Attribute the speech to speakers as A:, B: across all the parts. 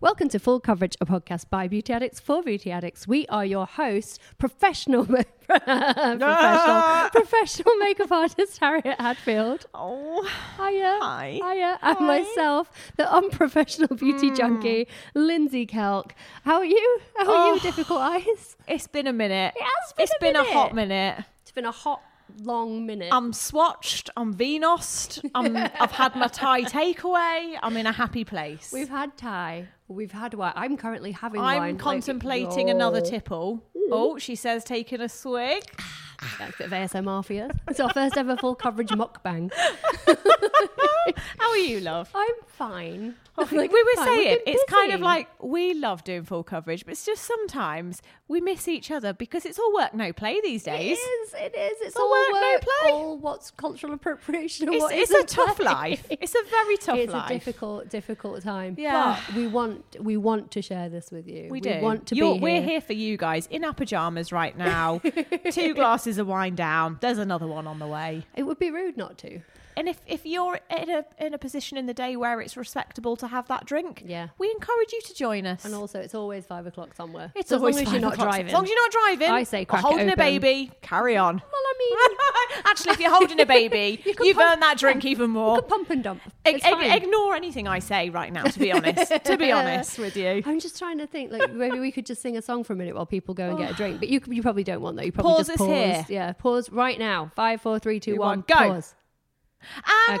A: Welcome to Full Coverage, a podcast by Beauty Addicts for Beauty Addicts. We are your hosts, professional, professional, professional makeup artist Harriet Hadfield.
B: Oh,
A: Hiya.
B: Hi.
A: Hiya. And myself, the unprofessional beauty junkie, Lindsay Kelk. How are you? How are you, difficult eyes?
B: it's been a minute. It
A: has been a
B: been a
A: minute.
B: hot minute.
A: It's been a hot, long minute.
B: I'm swatched. I'm venosed. I'm, I've had my Thai takeaway. I'm in a happy place.
A: We've had Thai. We've had wine. I'm currently having
B: I'm
A: wine. like-
B: contemplating another tipple. Oh, she says taking a swig.
A: That's a bit of ASMR for you. It's our first ever full coverage mukbang.
B: How are you, love? Oh,
A: I'm fine.
B: we
A: Like,
B: were
A: fine.
B: saying
A: been
B: it's kind of
A: busy.
B: like we love doing full coverage, but it's just sometimes we miss each other because it's all work, no play these
A: It
B: days.
A: is. It is. It's
B: The
A: all
B: work,
A: work,
B: no play.
A: all what's cultural appropriation. and
B: It's,
A: what
B: it's a
A: isn't
B: tough
A: play.
B: life. It's a very tough
A: it's
B: life.
A: a difficult, difficult time.
B: Yeah.
A: but we want we want to share this with you.
B: We do.
A: want to
B: You're-
A: be
B: We're
A: here.
B: here for you guys in our pajamas right now. Two glasses of wine down. There's another one on the way.
A: It would be rude not to.
B: And if, if you're in a in a position in the day where it's respectable to have that drink,
A: Yeah.
B: we encourage you to join us.
A: And also, it's always five o'clock somewhere.
B: it's
A: So as
B: always
A: long as
B: five
A: you're not
B: o'clock.
A: driving.
B: As long as you're not driving,
A: I say
B: or
A: crack it
B: holding a
A: open.
B: baby, carry on.
A: well, I mean,
B: Actually, if you're holding a baby,
A: You
B: you
A: can
B: have
A: pump-
B: earned that drink even more.
A: a pump and dump.
B: Ig-
A: It's
B: ig-
A: fine.
B: ignore anything I say right now. To be honest, to be honest with you,
A: I'm just trying to think. Like maybe we could just sing a song for a minute while people go and get a drink. But you you probably don't want that. You probably
B: Pause
A: just
B: is
A: pause.
B: here.
A: Yeah, pause right now. Five, four, three, two,
B: Three,
A: one,
B: one, go.
A: Pause.
B: and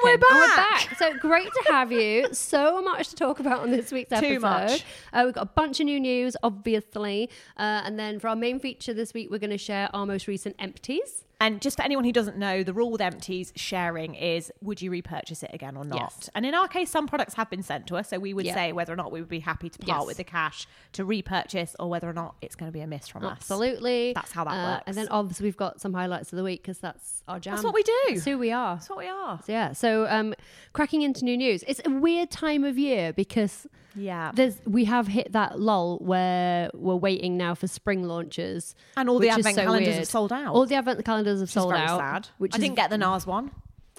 A: Okay,
B: we're back.
A: So great to have you. So much to talk about on this week's episode.
B: much.
A: Uh, we've got a bunch of new news, obviously, uh, and then for our main feature this week, we're going to share our most recent empties.
B: And just for anyone who doesn't know, the rule with empties sharing is would you repurchase it again or not?
A: Yes.
B: And in our case, some products have been sent to us, so we would
A: Yeah.
B: say whether or not we would be happy to part
A: Yes.
B: with the cash to repurchase or whether or not it's going to be a miss from us.
A: Absolutely. Uh,
B: That's how that works.
A: And then obviously we've got some highlights of the week because that's our jam.
B: what we do.
A: That's who we are.
B: That's what we are.
A: So, yeah. So um, cracking into new news. It's a weird time of year because
B: Yeah.
A: there's we have hit that lull where we're waiting now for spring launches
B: And all the
A: which is
B: advent
A: so
B: calendars have
A: weird.
B: sold out.
A: All the advent calendars have
B: which
A: sold
B: is very
A: out.
B: sad.
A: Which
B: I
A: is-
B: didn't get the NARS one.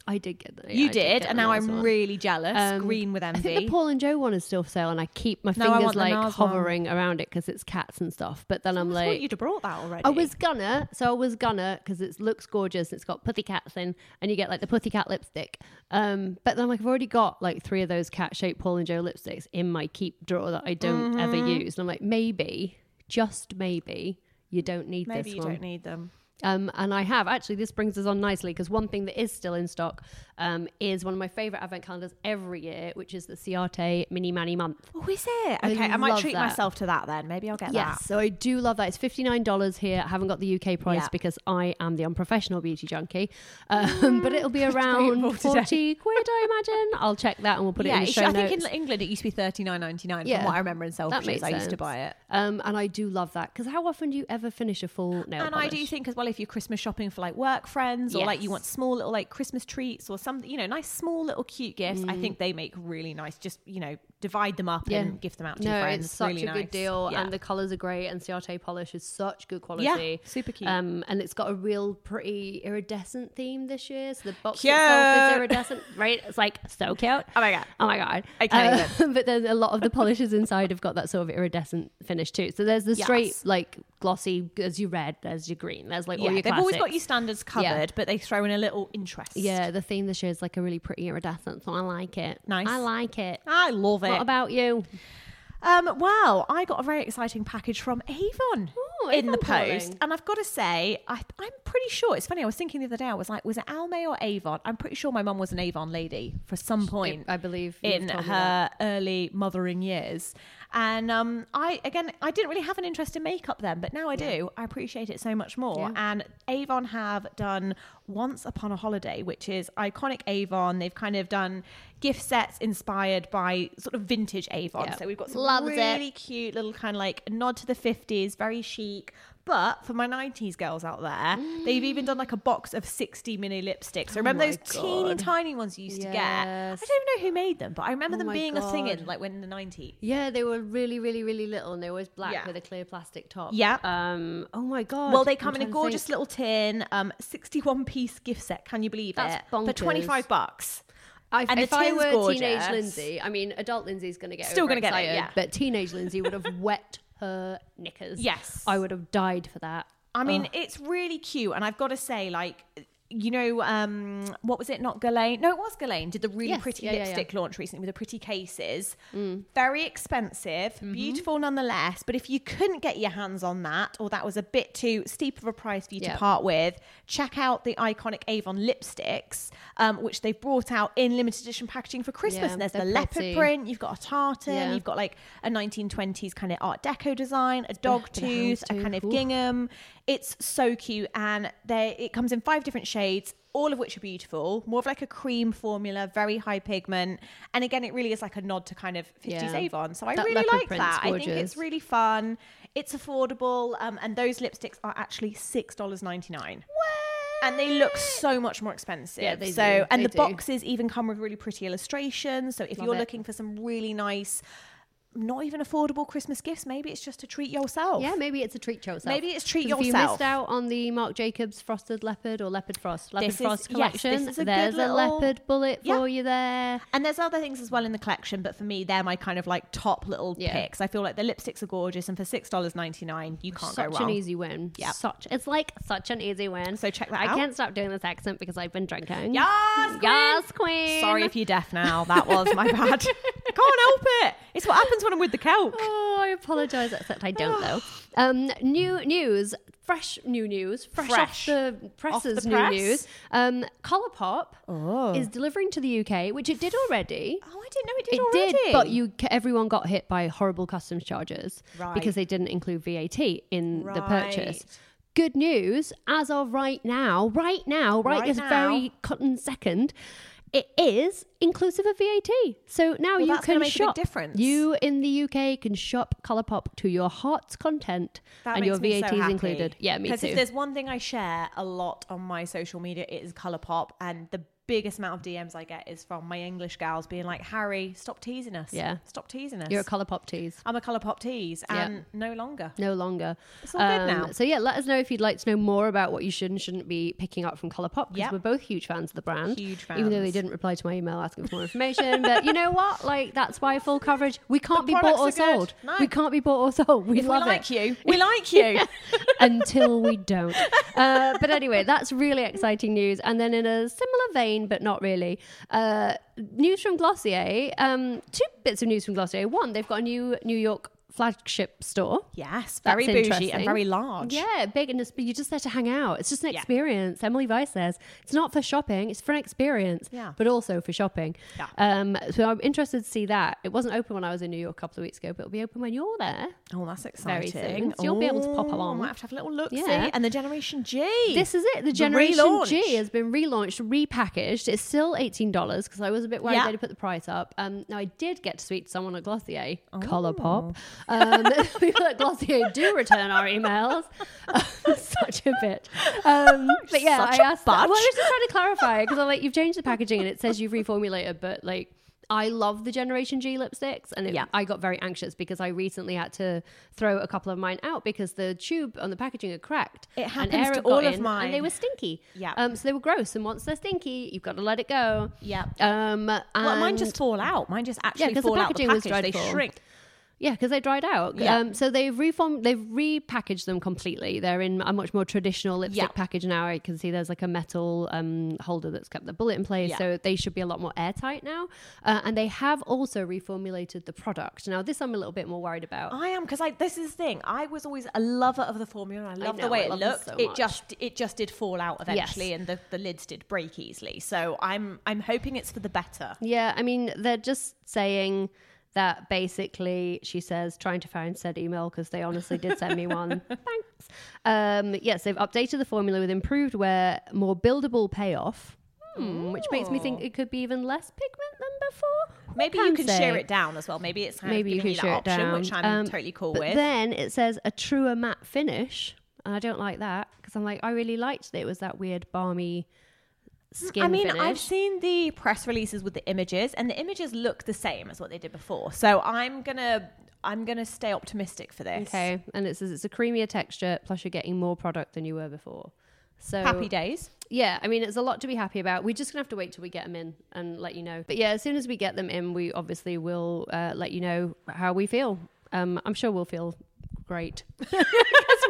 A: I did get the. yeah,
B: you
A: I
B: did,
A: get
B: and
A: the
B: now
A: NARS
B: I'm
A: one.
B: really jealous.
A: Um,
B: Green with envy.
A: I think the Paul and Joe one is still for sale, and I keep my
B: No, I want
A: fingers
B: the
A: like
B: NARS one.
A: hovering around it because it's cats and stuff. But then I'm
B: I thought
A: like,
B: you'd have brought that already.
A: I was gonna, so I was gonna, because it looks gorgeous. It's got putty cats in, and you get like the putty cat lipstick. Um, but then I'm like, I've already got like three of those cat shaped Paul and Joe lipsticks in my keep drawer that I don't ever
B: Mm-hmm.
A: use, and I'm like, maybe, just maybe, you don't need
B: Maybe
A: this
B: you
A: one.
B: don't need them.
A: Um, and I have actually. This brings us on nicely because one thing that is still in stock um, is one of my favorite advent calendars every year, which is the Ciate Mini Mani Month.
B: Oh, is it? Okay, I, might
A: love
B: treat
A: that.
B: myself to that then. Maybe I'll get
A: Yes, so I do love that. It's fifty nine dollars here. I haven't got the UK price
B: Yeah.
A: because I am the unprofessional beauty junkie. Um, but it'll be
B: debatable
A: around
B: today.
A: forty quid, I imagine. I'll check that and we'll put
B: that. Yeah,
A: it in the
B: it
A: show
B: should- I think in
A: notes.
B: England it used to be thirty nine ninety nine.
A: Yeah.
B: From what I remember in Selfridges,
A: makes
B: I used to
A: sense.
B: buy it.
A: um, and I do love that because how often do you ever finish a full nail
B: and I do
A: polish?
B: think as well if you're Christmas shopping for like work friends or like you
A: Yes.
B: want small little like Christmas treats or something, you know, nice small little cute gifts.
A: Mm.
B: I think they make really nice. Just you know, divide them up and give them out to
A: no,
B: your friends.
A: it's such
B: really
A: a good
B: nice.
A: deal,
B: Yeah.
A: and the colours are great, and Ciate polish is such good quality.
B: super cute.
A: Um, and it's got a real pretty iridescent theme this year. So the box itself is
B: Cute.
A: iridescent, right? It's like so cute.
B: Oh my God.
A: Oh my god! Uh,
B: I can't even.
A: but then a lot of the polishes inside have got that sort of iridescent finish too. So there's the straight,
B: Yes.
A: like glossy, as you red, there's your green, there's like all
B: yeah,
A: your
B: they've always got
A: classics.
B: your standards covered, but they throw in a little interest.
A: Yeah, the theme this year is like a really pretty iridescent, so I like it.
B: Nice.
A: I like it.
B: I love it.
A: What about you?
B: Um, well, I got a very exciting package from Avon
A: Ooh,
B: in the
A: Avon,
B: post,
A: darling.
B: and I've got to say, I, I'm pretty sure it's funny. I was thinking the other day. I was like, was it Almay or Avon? I'm pretty sure my mum was an Avon lady for some point.
A: I believe you've
B: in
A: told me
B: her early mothering years, and um, I again, I didn't really have an interest in makeup then, but now I do. I appreciate it so much more. And Avon have done Once Upon a Holiday, which is iconic Avon. They've kind of done gift sets inspired by sort of vintage Avon.
A: Yeah.
B: So we've got some
A: Loved it.
B: really cute little kind of like nod to the 50s, very chic. But for my 90s girls out there, they've even done like a box of 60 mini lipsticks. So remember
A: Oh my
B: those teeny
A: God.
B: tiny ones you used to get? I
A: Yes.
B: don't even know who made them, but I remember
A: Oh
B: them
A: my
B: being a thing in
A: God.
B: like when the 90s.
A: Yeah, they were really, really, really little, and they were always black
B: Yeah.
A: with a clear plastic top.
B: Yeah.
A: Um. Oh my god.
B: Well, they
A: I'm
B: come in a
A: trying to
B: gorgeous
A: think.
B: little tin, um, 61 piece gift set. Can you believe
A: That's
B: it? For
A: bonkers.
B: 25 bucks.
A: I,
B: and the
A: if I
B: tin's
A: were
B: gorgeous.
A: teenage Lindsay, I mean, adult Lindsay's going to get
B: Still
A: going
B: gonna
A: to
B: get it, yeah.
A: but teenage Lindsay would have wet her knickers.
B: Yes.
A: I would have died for that.
B: I mean, it's really cute, and I've got to say, like. You know, um, what was it? Not Galen? No, it was Galen. Did the really
A: Yes,
B: pretty
A: yeah, yeah, Mm. yeah.
B: lipstick launch recently with the pretty cases. Very expensive,
A: Mm-hmm.
B: beautiful nonetheless. But if you couldn't get your hands on that, or that was a bit too steep of a price for you
A: Yeah.
B: to part with, check out the iconic Avon lipsticks, um, which they've brought out in limited edition packaging for Christmas.
A: Yeah,
B: and there's the
A: they're
B: leopard
A: pretty.
B: print, you've got a tartan,
A: Yeah.
B: you've got like a 1920s kind of Art Deco design, a dog
A: bit of houndstooth,
B: tooth, a kind of
A: ooh.
B: gingham gingham. It's so cute, and they it comes in five different shades, all of which are beautiful. More of like a cream formula, very high pigment, and again, it really is like a nod to kind of fifties
A: Yeah.
B: Avon. So I
A: That
B: really
A: leopard
B: like
A: print's
B: that. I think it's
A: gorgeous.
B: really fun. It's affordable, um, and those lipsticks are actually six dollars ninety nine. And they look so much more expensive.
A: Yeah, they
B: so
A: do.
B: and
A: They
B: the
A: do.
B: boxes even come with really pretty illustrations. So if
A: Love
B: you're
A: it.
B: looking for some really nice, not even affordable Christmas gifts, maybe it's just to treat yourself.
A: Yeah, maybe it's a treat to yourself.
B: Oh. Maybe it's treat
A: 'Cause If you
B: yourself.
A: missed out on the Marc Jacobs Frosted Leopard or Leopard Frost, Leopard
B: This is-
A: Frost
B: yes,
A: collection,
B: this is a good
A: there's
B: little-
A: a leopard bullet
B: Yeah.
A: for you there.
B: And there's other things as well in the collection, but for me, they're my kind of like top little
A: Yeah.
B: picks. I feel like the lipsticks are gorgeous, and for six dollars ninety nine, you can't
A: such
B: go wrong.
A: an easy win.
B: Yeah.
A: Such it's like such an easy win.
B: So check that
A: I
B: out.
A: can't stop doing this accent because I've been drinking.
B: Yes, queen.
A: Yes, queen.
B: Sorry if you're deaf now. That was my bad. Can't help it. It's what happens when I'm with the Kelk.
A: Oh, I apologize, except I don't though. Um, new news, fresh new news, fresh,
B: Fresh.
A: off the presses
B: Off the
A: new
B: press.
A: news. Um, Colourpop is delivering to the UK, which it did already.
B: Oh, I didn't know it did
A: It
B: already.
A: did, but you ca- everyone got hit by horrible customs charges
B: Right.
A: because they didn't include VAT in the
B: Right.
A: purchase. Good news, as of right now, right now, right,
B: Right
A: this
B: now.
A: very cotton second, it is inclusive of VAT. So now you
B: that's
A: can
B: gonna make a big
A: shop.
B: difference.
A: You in the UK can shop Colourpop to your heart's content,
B: That
A: and your
B: makes me
A: VAT
B: so
A: is
B: happy.
A: included. Yeah, me
B: Because
A: too.
B: if there's one thing I share a lot on my social media, it is Colourpop, and the biggest amount of DMs I get is from my English gals being like, "Harry, stop teasing us.
A: Yeah.
B: stop teasing us.
A: You're a Colourpop tease.
B: I'm a Colourpop tease,
A: Yeah.
B: and no longer.
A: No longer. It's
B: all good now.
A: So yeah, let us know if you'd like to know more about what you should and shouldn't be picking up from Colourpop because
B: Yep.
A: we're both huge fans of the brand.
B: Huge
A: Even though they
B: fans.
A: didn't reply to my email asking for more information, but you know what? Like that's why full coverage. We can't be
B: The
A: bought or
B: products are good.
A: sold.
B: No.
A: We can't be bought or sold. We
B: If
A: love
B: we
A: it
B: like you. We like you.
A: until we don't. Uh, but anyway, that's really exciting news. And then, in a similar vein, but not really, uh, news from Glossier. Um, two bits of news from Glossier. One, they've got a new New York flagship store.
B: Yes,
A: That's
B: very bougie
A: interesting.
B: and very large.
A: Yeah, big and just- but you're just there to hang out. It's just an experience. Emily Vice says it's not for shopping; it's for an experience,
B: Yeah.
A: but also for shopping.
B: Yeah.
A: Um, so I'm interested to see that. It wasn't open when I was in New York a couple of weeks ago, but it'll be open when you're there.
B: Oh, that's
A: Very
B: exciting.
A: soon. So you'll be able to pop
B: Oh,
A: along.
B: I might have to have a little look.
A: Yeah.
B: See? And the Generation G.
A: This is it. The Generation G
B: relaunch.
A: has been relaunched, repackaged. It's still eighteen dollars because I was a bit worried
B: Yeah.
A: they'd put the price up. Um, now I did get to speak to someone at Glossier, Colourpop. Um, people at Glossier do return our emails. Such a bitch. Um, but yeah,
B: Such
A: I
B: a
A: asked. That.
B: bitch.
A: Well, I was just trying to clarify because I'm like, you've changed the packaging and it says you've reformulated, but like. I love the Generation G lipsticks, and it,
B: Yeah.
A: I got very anxious because I recently had to throw a couple of mine out because the tube on the packaging had cracked.
B: It
A: And
B: happens
A: air
B: to
A: had
B: all
A: got
B: of
A: in,
B: mine.
A: and they were stinky.
B: Yeah.
A: Um, so they were gross, and once they're stinky, you've got to let it go.
B: Yeah.
A: Um, and
B: Well, mine just fall out. Mine just actually
A: 'cause the
B: fall out
A: packaging
B: the
A: was
B: package. They
A: dreadful.
B: shrink.
A: Yeah, because they dried out.
B: Yeah.
A: Um, so they've reformed, they've repackaged them completely. They're in a much more traditional lipstick
B: Yeah.
A: package now. I can see there's like a metal um, holder that's kept the bullet in place.
B: Yeah.
A: So they should be a lot more airtight now. Uh, and they have also reformulated the product. Now, this I'm a little bit more worried about.
B: I am because I this is the thing. I was always a lover of the formula. and I love
A: know,
B: the
A: I
B: way it
A: love them
B: looked.
A: so
B: it
A: much.
B: just it just did fall out eventually,
A: Yes.
B: and the, the lids did break easily. So I'm I'm hoping it's for the better.
A: Yeah, I mean, they're just saying that basically she says trying to find said email because they honestly did send me one. Thanks. Um, yes, they've updated the formula with improved wear, more buildable payoff. Hmm, which makes me think it could be even less pigment than before. Who
B: Oh. Maybe you can
A: say?
B: shear it down as well. Maybe it's kind
A: Maybe
B: of
A: you
B: giving
A: can
B: you,
A: shear
B: that
A: it
B: option,
A: down.
B: which I'm
A: Um,
B: totally cool
A: but
B: with.
A: Then it says a truer matte finish, and I don't like that because I'm like I really liked that it was that weird balmy skin.
B: Mm, I mean, I've
A: finish.
B: seen the press releases with the images, and the images look the same as what they did before. So I'm gonna I'm gonna stay optimistic for this.
A: Okay, and it says it's a creamier texture, plus you're getting more product than you were before. So
B: Happy days.
A: Yeah, I mean, it's a lot to be happy about. We're just gonna have to wait till we get them in and let you know. But yeah, as soon as we get them in, we obviously will uh, let you know how we feel. Um, I'm sure we'll feel great because,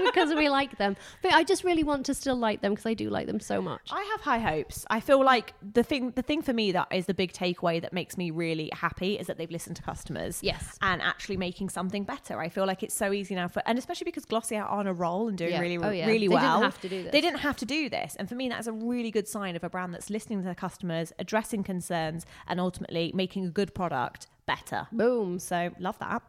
A: because we like them. But I just really want to still like them because I do like them so much.
B: I have high hopes. I feel like the thing the thing for me that is the big takeaway that makes me really happy is that they've listened to customers.
A: Yes.
B: And actually making something better. I feel like it's so easy now for and especially because Glossier are on a roll and doing
A: Yeah.
B: really
A: Oh, yeah.
B: really
A: They didn't
B: well.
A: have to do this.
B: They didn't have to do this. And for me that is a really good sign of a brand that's listening to their customers, addressing concerns and ultimately making a good product better.
A: Boom.
B: So love that.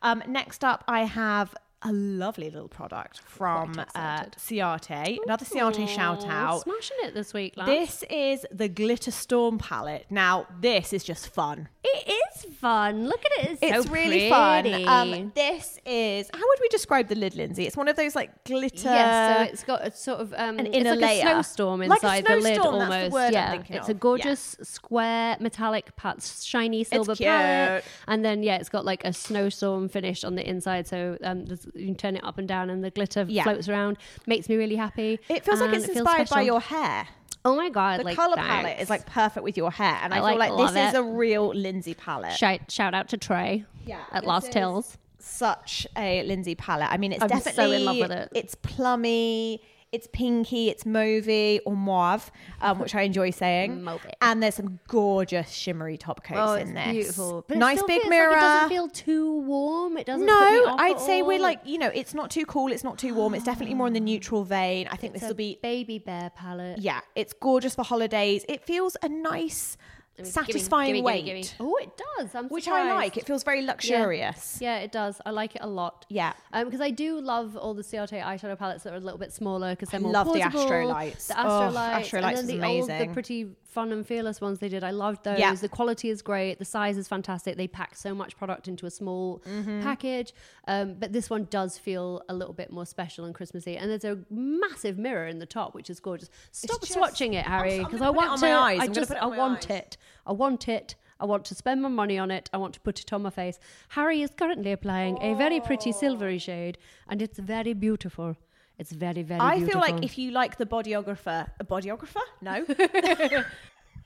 B: Um, next up, I have a lovely little product from uh, Ciarte. Another Ciarte shout
A: Aw,
B: out.
A: Smashing it this week, lad.
B: This is the Glitter Storm palette. Now, this is just fun.
A: it is fun. Look at it. It's,
B: It's
A: so
B: really fun.
A: pretty.
B: Um, this is how would we describe the lid, Lindsay? It's one of those like glitter.
A: Yeah, so it's got a sort of um,
B: an
A: an
B: inner
A: it's like
B: layer.
A: a snowstorm
B: Like a
A: inside the lid
B: snowstorm, that's
A: almost.
B: the word I'm
A: yeah,
B: thinking
A: it's
B: of.
A: a gorgeous square metallic pat- shiny silver
B: cute.
A: palette, and then yeah, it's got like a snowstorm finish on the inside. So um, there's, you can turn it up and down, and the glitter
B: Yeah.
A: floats around. Makes me really happy.
B: it feels like
A: and
B: it's
A: um, it feels
B: inspired by
A: special.
B: your hair.
A: Oh my god!
B: The
A: like,
B: color
A: thanks.
B: palette is like perfect with your hair, and
A: I
B: I, feel
A: like-
B: like
A: love
B: this is
A: it.
B: a real Lindsay palette.
A: shout shout out to Trey.
B: Yeah,
A: at
B: this
A: Last
B: is-
A: Tales.
B: such a Lindsay palette. I mean, it's
A: I'm so in
B: definitely
A: love with it.
B: It's plummy, it's pinky, it's mauvey or mauve, um, which I enjoy saying.
A: Mauve.
B: And there's some gorgeous shimmery top coats
A: Oh, it's
B: in this.
A: beautiful. But it
B: nice
A: still
B: big
A: feels like
B: mirror.
A: it doesn't feel too warm. It doesn't. put me
B: no,
A: off
B: I'd
A: at
B: say we're
A: all.
B: like you know, it's not too cool, it's not too warm. It's definitely more in the neutral vein. I think this
A: It's
B: will
A: a
B: be
A: baby bear palette.
B: yeah, it's gorgeous for holidays. It feels a nice, satisfying weight,
A: Oh, it does. I'm
B: which I
A: surprised.
B: like. It feels very luxurious.
A: Yeah, it does. I like it a lot.
B: Yeah.
A: because I do love all the Ciarte eyeshadow palettes that are a little bit smaller because they're more
B: love the
A: portable.
B: Astro Lights.
A: The
B: Oh,
A: Astro Lights,
B: Astro
A: and
B: Lights
A: then
B: is
A: the old, the
B: amazing.
A: pretty fun and fearless ones they did. I loved those.
B: Yeah.
A: The quality is great. The size is fantastic. They packed so much product into a small
B: Mm-hmm.
A: package, um, but this one does feel a little bit more special and Christmassy. And there's a massive mirror in the top, which is gorgeous. Stop
B: just-
A: swatching it, Harry,
B: I'm
A: because
B: gonna
A: I
B: put it
A: want
B: on
A: to.
B: my eyes.
A: I
B: I'm gonna
A: just
B: put it
A: I
B: on my
A: want
B: eyes.
A: it it. I want it. I want to spend my money on it. I want to put it on my face. Harry is currently applying a very pretty silvery shade, and it's very beautiful. It's very, very
B: I
A: beautiful.
B: feel like if you like the bodyographer, a bodyographer? No.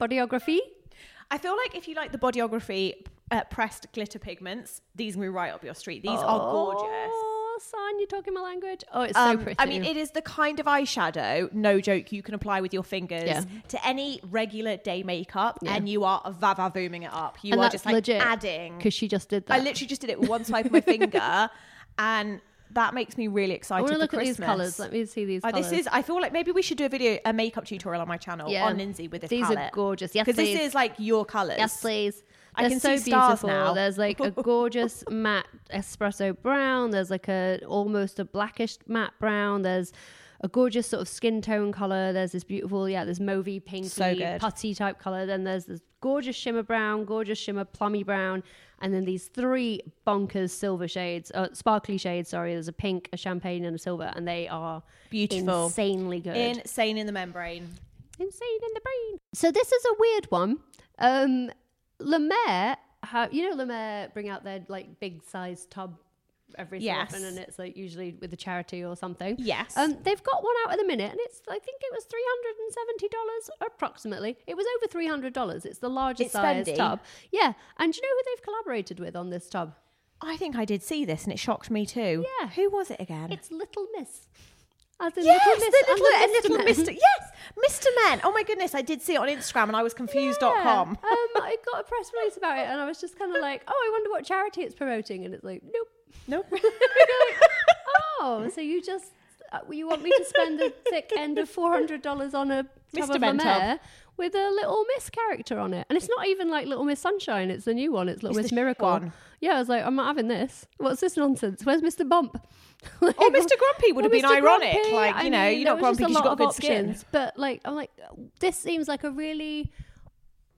A: Bodyography?
B: I feel like if you like the bodyography uh, pressed glitter pigments, these will be right up your street. These are gorgeous.
A: Oh, son, you're talking my language. Oh, it's so
B: Um,
A: pretty.
B: I mean, it is the kind of eyeshadow, no joke, you can apply with your fingers
A: Yeah.
B: to any regular day makeup and you are vava booming it up. You
A: and
B: are
A: that's
B: just like
A: legit,
B: adding.
A: Because she just did that.
B: I literally just did it with one swipe of my finger and that makes me really excited.
A: I want to
B: for
A: look
B: Christmas.
A: at these colours. Let me see these
B: Oh,
A: colours.
B: this is. I feel like maybe we should do a video, a makeup tutorial on my channel
A: Yeah.
B: on Lindsay with this
A: These are
B: palette.
A: gorgeous. Yes,
B: because this
A: please.
B: is like your colors.
A: Yes, please.
B: I
A: They're
B: can
A: so
B: see
A: beautiful.
B: stars now.
A: There's like a gorgeous matte espresso brown. There's like a almost a blackish matte brown. There's a gorgeous sort of skin tone color. There's this beautiful, yeah, this mauvey, pinky,
B: So good.
A: putty type color. Then there's this gorgeous shimmer brown, gorgeous shimmer plummy brown, and then these three bonkers silver shades, uh, sparkly shades. Sorry, there's a pink, a champagne, and a silver, and they are
B: Beautiful.
A: insanely good
B: Insane in the membrane.
A: insane in the brain. So this is a weird one. Um, Lemaire, how, you know, Lemaire bring out their like big size tub every
B: Yes.
A: so often, and it's like usually with a charity or something.
B: Yes.
A: Um, they've got one out at the minute, and it's I think it was three hundred and seventy dollars approximately. It was over three hundred dollars. It's the largest
B: It's
A: size
B: spendy.
A: tub. Yeah, and do you know who they've collaborated with on this tub?
B: I think I did see this and it shocked me too.
A: Yeah.
B: Who was it again?
A: It's Little Miss. As in
B: yes,
A: Little Miss
B: the
A: and
B: little, a
A: the
B: little Mr.
A: Mister Men.
B: Yes, Mr. Men. Oh my goodness, I did see it on Instagram and I was
A: Yeah.
B: confused.com.
A: um, I got a press release about it, and I was just kind of like, "Oh, I wonder what charity it's promoting," and it's like, "Nope."
B: Nope.
A: Oh, so you just uh, you want me to spend the thick end of four hundred dollars on a tub
B: Mr.
A: of La
B: Ben tub.
A: Mer with a Little Miss character on it, and it's not even like Little Miss Sunshine; it's the new one. It's Little
B: It's
A: Miss
B: the
A: Miracle.
B: one.
A: Yeah, I was like, I'm not having this. What's this nonsense? Where's Mr. Bump? Like,
B: Or Mr. Grumpy would
A: or
B: have been
A: Mr.
B: ironic,
A: Grumpy.
B: like, you know, you're
A: there
B: not
A: was just
B: grumpy 'cause you've
A: lot
B: got
A: of
B: good skin.
A: options, But like, I'm like, this seems like a really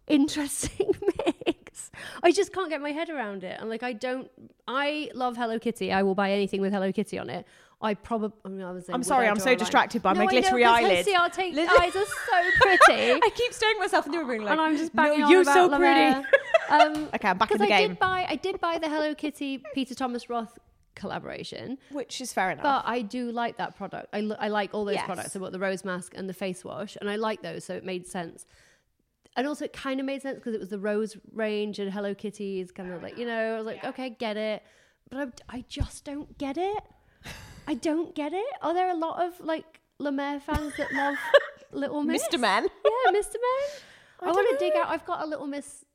A: interesting mix. I just can't get my head around it. And like, I don't. I love Hello Kitty. I will buy anything with Hello Kitty on it. I probably. I mean, I was saying,
B: I'm
A: would
B: sorry,
A: I
B: I'm
A: draw
B: so
A: a line?
B: distracted by
A: No,
B: my
A: I know,
B: glittery
A: 'cause
B: eyelids.
A: HCR take
B: Liz-
A: eyes are so pretty.
B: I keep staring myself in the mirror, being like,
A: and I'm just
B: "No,
A: banging on
B: you're
A: about
B: so
A: La
B: pretty.
A: Mer. Um,
B: Okay, I'm back in
A: 'cause
B: the
A: I
B: game.
A: Did buy, I did buy the Hello Kitty Peter Thomas Roth collaboration.
B: Which is fair enough.
A: But I do like that product. I, lo- I like all those
B: Yes.
A: products. I bought the rose mask and the face wash, and I like those, so it made sense. And also, it kind of made sense because it was the rose range and Hello Kitty is kind of like, you know, I was like, okay, I get it. But I, I just don't get it. I don't get it. Are there a lot of like La Mer fans that love Little Miss?
B: Mr. Men.
A: Yeah, Mr. Men. I,
B: don't
A: want to dig
B: know.
A: out. I've got a Little Miss.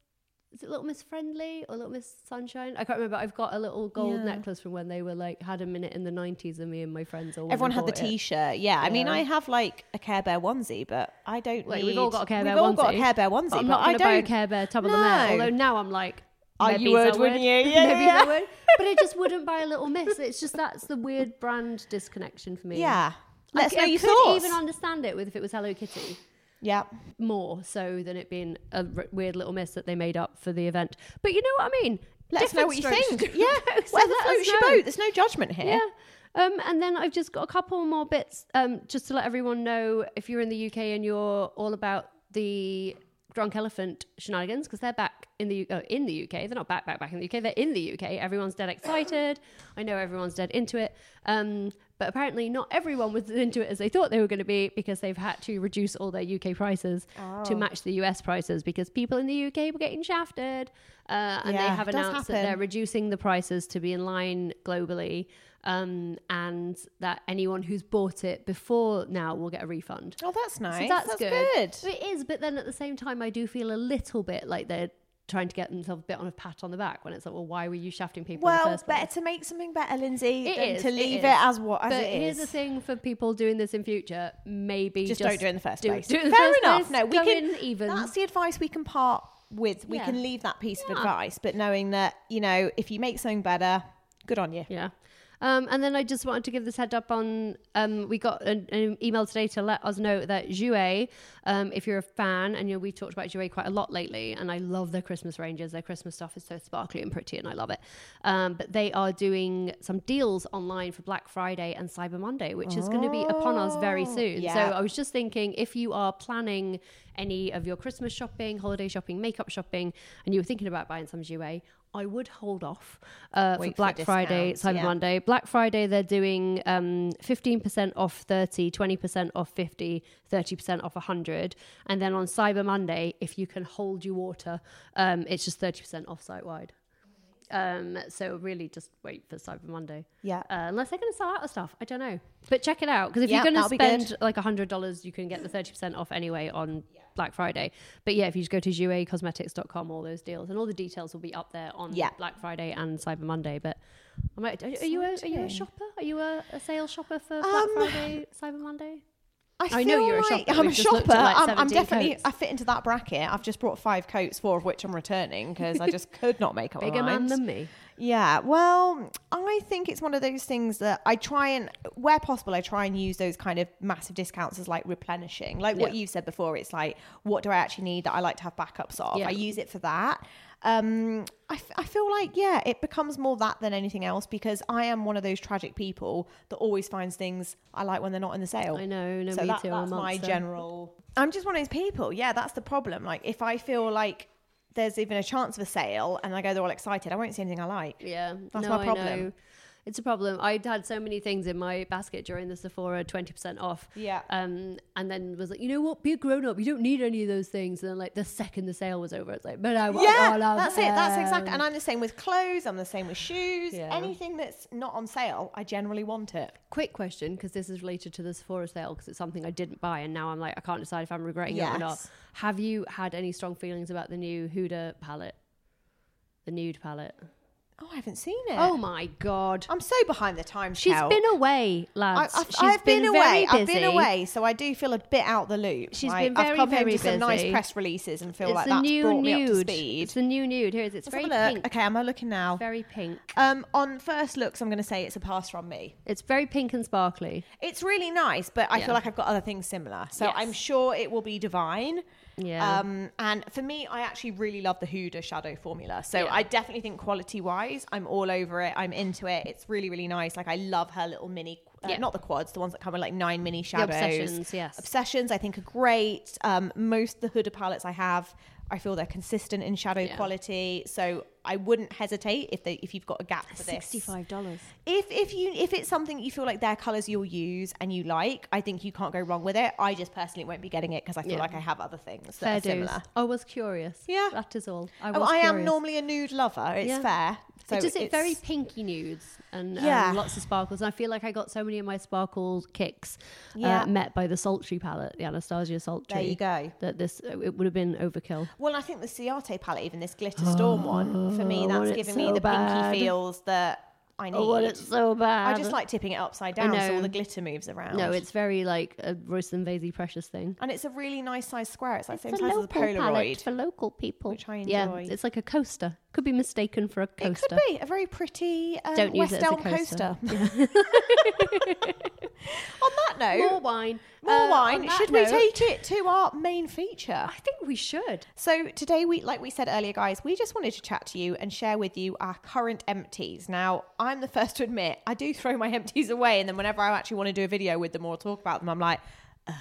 A: Is it Little Miss Friendly or Little Miss Sunshine? I can't remember. I've got a little gold
B: Yeah.
A: necklace from when they were like had a minute in the nineties, and me and my friends all. went
B: Everyone
A: and
B: had the
A: bought it.
B: T-shirt. Yeah, I mean,
A: Yeah.
B: I have like a Care Bear onesie, but I don't.
A: Like,
B: need...
A: we've all got a Care Bear
B: We've all
A: onesie.
B: got a Care Bear onesie,
A: But I'm
B: but
A: not
B: I
A: going to buy a
B: don't-
A: Care Bear tub of
B: no.
A: the Met. Although now I'm like,
B: Oh,
A: maybe
B: you
A: I
B: would, wouldn't you? Yeah,
A: maybe
B: yeah.
A: I would. But I just wouldn't buy a Little Miss. It's just that's the weird brand disconnection for me.
B: Yeah,
A: I
B: let's
A: c-
B: know
A: I
B: your
A: couldn't
B: thoughts.
A: even understand it with if it was Hello Kitty.
B: yeah,
A: more so than it being a r- weird little miss that they made up for the event. But you know what I mean.
B: let us know what you
A: Different strokes
B: think.
A: for
B: Yeah,
A: different folks, so
B: whatever
A: let us
B: floats your
A: know.
B: boat. There's no judgment here.
A: Yeah. Um, and then I've just got a couple more bits um, just to let everyone know if you're in the UK and you're all about the drunk elephant shenanigans because they're back in the U- oh, in the UK. They're not back back back in the UK. They're in the UK. Everyone's dead excited. I know everyone's dead into it. Um, but apparently, not everyone was as into it as they thought they were going to be because they've had to reduce all their UK prices
B: Oh.
A: to match the US prices because people in the UK were getting shafted. Uh, and they
B: Yeah,
A: have
B: it does
A: announced that
B: happen.
A: they're reducing the prices to be in line globally um, and that anyone who's bought it before now will get a refund.
B: Oh, that's nice.
A: So
B: that's, good.
A: It is, but then at the same time, I do feel a little bit like they're trying to get themselves a bit on a pat on the back when it's like, well, why were you shafting people in the
B: Well,
A: first place?
B: better to make something better, Lindsay,
A: It
B: than
A: is,
B: to
A: it
B: leave
A: is.
B: it, as what as
A: but
B: it
A: here's
B: is.
A: the thing for people doing this in future, maybe
B: just,
A: just,
B: don't do it in the first
A: do-
B: place.
A: do it in the
B: Fair
A: first
B: enough.
A: place,
B: No, we
A: go
B: can
A: in even.
B: That's the advice we can part with. We
A: Yeah.
B: can leave that piece of
A: Yeah.
B: advice, but knowing that you know, if you make something better, good on you.
A: Yeah. Um, and then I just wanted to give this head up on. Um, we got an, an email today to let us know that Jouer, um, if you're a fan, and you know, we've talked about Jouer quite a lot lately, and I love their Christmas ranges. Their Christmas stuff is so sparkly and pretty, and I love it. Um, but they are doing some deals online for Black Friday and Cyber Monday, which is going to be upon us very soon. So
B: yeah.
A: I was just thinking if you are planning any of your Christmas shopping, holiday shopping, makeup shopping, and you were thinking about buying some Jouer, I would hold off uh, for
B: Wait for
A: Black Friday,
B: discounts,
A: Cyber
B: yeah.
A: Monday. Black Friday, they're doing um, 15% off 30, 20% off 50, 30% off 100. And then on Cyber Monday, if you can hold your water, um, it's just 30% off site wide. Um, so really just wait for Cyber Monday.
B: Yeah.
A: Uh, unless they're going to sell out of stuff. I don't know. But check it out because if
B: Yeah,
A: you're going to
B: that'll be good.
A: spend like $100, you can get the 30% off anyway on Black Friday. But yeah, if you just go to jouecosmetics.com, all those deals and all the details will be up there on
B: Yeah.
A: Black Friday and Cyber Monday. But I might, are, are, you a, are you a
B: Exciting.
A: shopper? Are you a, a sale shopper for Black
B: Um,
A: Friday, Cyber Monday?
B: I,
A: I know
B: feel
A: you're a
B: like
A: shopper.
B: I'm a
A: We've just looked
B: shopper.
A: at, like,
B: I'm, I'm
A: 17
B: definitely.
A: coats.
B: I fit into that bracket. I've just brought five coats, four of which I'm returning because I just could not make up my
A: Bigger man
B: mind.
A: than me.
B: Yeah, well, I think it's one of those things that I try and, where possible, I try and use those kind of massive discounts as like replenishing. Like what
A: Yeah.
B: you said before, it's like, what do I actually need that I like to have backups of?
A: Yeah.
B: I use it for that. Um, I, f- I feel like, yeah, it becomes more that than anything else because I am one of those tragic people that always finds things I like when they're not in the sale.
A: I know, no,
B: so
A: me
B: that-
A: too, I'm a
B: That's my
A: monster.
B: general. I'm just one of those people. Yeah, that's the problem. Like, if I feel like there's even a chance of a sale and I go there all excited, I won't see anything I like.
A: Yeah,
B: That's
A: no,
B: my
A: I
B: problem.
A: know. It's a problem. I had so many things in my basket during the Sephora 20% off.
B: Yeah.
A: Um, and then was like, you know what? Be a grown up. You don't need any of those things. And then, like, the second the sale was over, it's like, but I want
B: yeah,
A: all of
B: that's it. That's exactly.
A: them.
B: And I'm the same with clothes. I'm the same with shoes.
A: Yeah.
B: Anything that's not on sale, I generally want it.
A: Quick question, because this is related to the Sephora sale, because it's something I didn't buy, and now I'm like, I can't decide if I'm regretting it or not.
B: Yes.
A: Have you had any strong feelings about the new Huda palette? The nude palette.
B: Oh, I haven't seen it.
A: Oh my god.
B: I'm so behind the times.
A: She's
B: Kel.
A: been away,
B: I,
A: lads.
B: I've,
A: She's
B: I've been, away.
A: very
B: I've been
A: busy.
B: away, so I do feel a bit out the loop.
A: She's
B: She's
A: been very,
B: I've come home
A: very
B: to some
A: busy.
B: nice press releases and feel
A: It's
B: like
A: the
B: that's
A: new
B: brought
A: nude.
B: me up to speed.
A: It's the new nude. Here it is. It's
B: Let's have
A: very
B: a look.
A: pink.
B: Okay, I'm looking now.
A: Very pink.
B: Um, on first looks, I'm going to say it's a pass from me.
A: It's very pink and sparkly.
B: It's really nice, but I
A: Yeah.
B: feel like I've got other things similar, so
A: Yes.
B: I'm sure it will be divine.
A: Yeah.
B: Um, and for me, I actually really love the Huda shadow formula. So
A: Yeah.
B: I definitely think quality wise, I'm all over it. I'm into it. It's really, really nice. Like I love her little mini, uh,
A: Yeah.
B: not the quads, the ones that come with like nine mini shadows.
A: obsessions, yes.
B: Obsessions, I think are great. Um, most of the Huda palettes I have, I feel they're consistent in shadow
A: Yeah.
B: quality. So I wouldn't hesitate if they, if you've got a gap for this.
A: dollars.
B: If if you if it's something you feel like their colors you'll use and you like, I think you can't go wrong with it. I just personally won't be getting it because I feel
A: Yeah.
B: like I have other things
A: Fair
B: that are
A: dues.
B: similar.
A: I was curious.
B: Yeah.
A: That is all. I
B: I,
A: was
B: oh, I am
A: curious.
B: normally a nude lover. It's
A: Yeah.
B: fair. So
A: it does it
B: it's-
A: very pinky nudes and
B: Yeah.
A: um, lots of sparkles. And I feel like I got so many of my sparkle kicks
B: Yeah.
A: uh, met by the sultry palette, the Anastasia sultry.
B: you go.
A: That this it would have been overkill.
B: Well, I think the Ciate palette, even this glitter storm one, for me,
A: I want
B: that's
A: it
B: giving
A: Oh, so
B: me the
A: bad.
B: pinky feels that I need.
A: Oh, well, it's so bad.
B: I just like tipping it upside down so
A: know.
B: all the glitter moves around.
A: No, it's very like a Royston Vasey precious thing.
B: and it's a really nice size square. It's like the same
A: It's
B: size as a Polaroid.
A: for local people,
B: which I
A: Yeah,
B: enjoy.
A: it's like a coaster. Could be mistaken for a coaster.
B: It could be a very pretty um,
A: Don't use
B: West
A: it as a
B: Elm
A: coaster.
B: coaster. On that note,
A: More wine.
B: More
A: Uh, on
B: wine.
A: that
B: Should
A: note-
B: we take it to our main feature?
A: I think we should.
B: So today we like we said earlier guys, we just wanted to chat to you and share with you our current empties. Now, I'm the first to admit, I do throw my empties away and then whenever I actually want to do a video with them or talk about them, I'm like Ugh.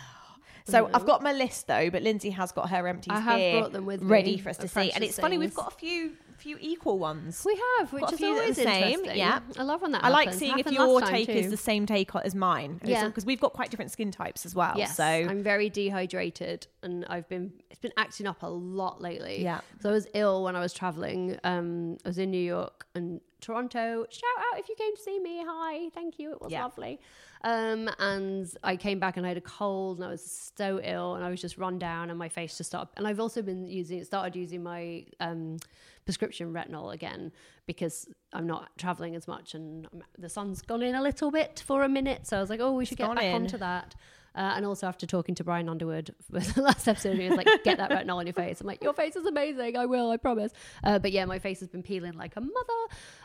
B: so I've got my list though, but Lindsay has got her empties
A: I have
B: here
A: brought them with me,
B: ready for us
A: the
B: to see. And
A: precious
B: it's funny, we've
A: things.
B: got a few few equal ones.
A: We have, which
B: Got a
A: is
B: few that are
A: always
B: the same,
A: interesting.
B: yeah.
A: I love when that.
B: I like
A: happens.
B: seeing if
A: Happened
B: your
A: last time
B: take is
A: too.
B: the same take as mine.
A: Yeah.
B: Because we've got quite different skin types as well.
A: Yes,
B: So
A: I'm very dehydrated, and I've been it's been acting up a lot lately.
B: Yeah.
A: so I was ill when I was traveling. Um, I was in New York and Toronto. Shout out if you came to see me. Hi, thank you. It was
B: Yeah.
A: lovely. Um, and I came back and I had a cold and I was so ill and I was just run down and my face just started. And I've also been using started using my um, prescription retinol again because I'm not traveling as much and I'm, the sun's gone in a little bit for a minute. So I was like, oh, we should get
B: gone
A: back
B: in.
A: onto that. Uh, and also after talking to Brian Underwood for the last episode, he was like, "Get that retinol on your face." I'm like, "Your face is amazing. I will. I promise." Uh, but yeah, my face has been peeling like a mother.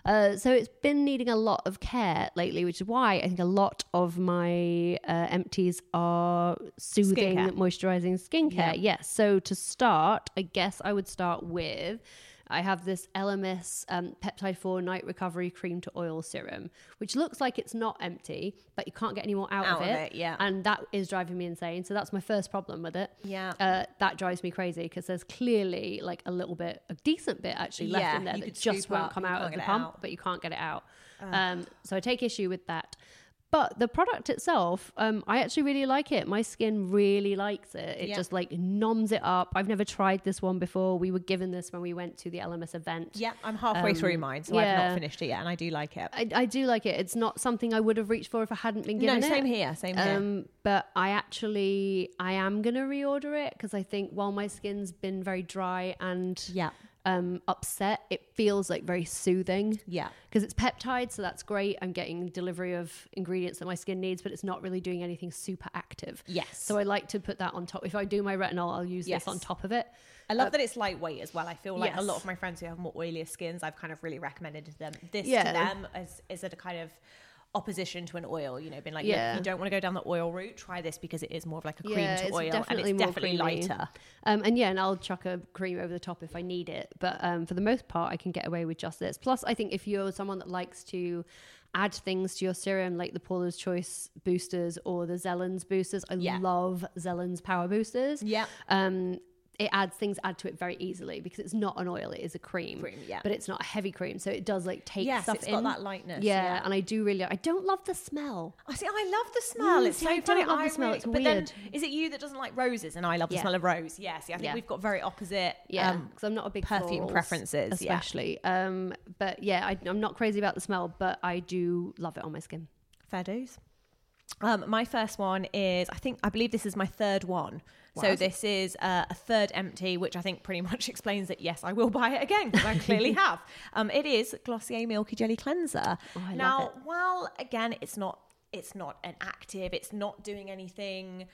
A: Uh, so it's been needing a lot of care lately, which is why I think a lot of my uh, empties are soothing,
B: Skincare.
A: moisturizing skincare. Yes. So to start, I guess I would start with. I have this Elemis um, Peptide 4 Night Recovery Cream to Oil Serum, which looks like it's not empty, but you can't get any more out,
B: Out of it, yeah.
A: And that is driving me insane. So that's my first problem with it.
B: Yeah.
A: Uh, that drives me crazy because there's clearly like a little bit, a decent bit actually left
B: Yeah,
A: in there
B: you
A: that
B: could
A: just
B: scoop
A: won't
B: up,
A: come
B: you
A: out
B: can't
A: of the
B: get it
A: pump,
B: out.
A: but you can't get it out. Um, so I take issue with that. But the product itself, um, I actually really like it. My skin really likes it. It
B: Yeah.
A: just like noms it up. I've never tried this one before. We were given this when we went to the LMS event.
B: yeah, I'm halfway through mine, so I've
A: Um, yeah. Uh,
B: not finished it yet, and I do like it.
A: I, I do like it. It's not something I would have reached for if I hadn't been given
B: no,
A: it.
B: same here, same here.
A: Um, but I actually I am gonna reorder it because I think while my skin's been very dry and
B: Yeah.
A: um, upset, it feels like very soothing.
B: Yeah.
A: because it's peptide, so that's great. I'm getting delivery of ingredients that my skin needs, but it's not really doing anything super active.
B: Yes.
A: so I like to put that on top. If I do my retinol, I'll use
B: Yes.
A: this on top of it.
B: I love that it's lightweight as well. I feel like
A: Uh, yes.
B: a lot of my friends who have more oilier skins, I've kind of really recommended to them this
A: Yeah.
B: to them as is a kind of opposition to an oil. You know, been like, look,
A: Yeah.
B: if you don't want to go down the oil route, try this because it is more of like a cream
A: Yeah,
B: to
A: it's
B: oil, and
A: definitely
B: it's
A: more
B: definitely
A: creamy.
B: lighter.
A: Um, and yeah, and I'll chuck a cream over the top if I need it. But um, for the most part, I can get away with just this. Plus, I think if you're someone that likes to add things to your serum, like the Paula's Choice boosters or the Zellen's boosters, I
B: Yeah.
A: love Zellen's Power boosters.
B: Yeah.
A: Um, it adds things add to it very easily because it's not an oil, it is a cream.
B: Cream, yeah.
A: But it's not a heavy cream, so it does like take
B: Yes,
A: stuff
B: it's
A: in.
B: got that lightness,
A: Yeah,
B: yeah.
A: and I do really. I don't love the smell.
B: I see. I love the smell.
A: Mm,
B: it's
A: see,
B: so
A: I don't
B: funny.
A: love the smell, it's
B: but
A: weird.
B: then, is it you that doesn't like roses? And I love the
A: Yeah.
B: smell of rose. Yes. Yeah, I think
A: Yeah.
B: we've got very opposite.
A: Yeah,
B: um,
A: because I'm not a big
B: perfume
A: florals,
B: preferences, yeah.
A: especially. Um, but yeah, I, I'm not crazy about the smell, but I do love it on my skin.
B: fair dues. Um, my first one is, I think, I believe this is my third one. So this is uh, a third empty, which I think pretty much explains that yes, I will buy it again because I clearly have. Um, it is Glossier Milky Jelly Cleanser.
A: Oh, I love
B: now,
A: it.
B: while again, it's not it's not an active, it's not doing anything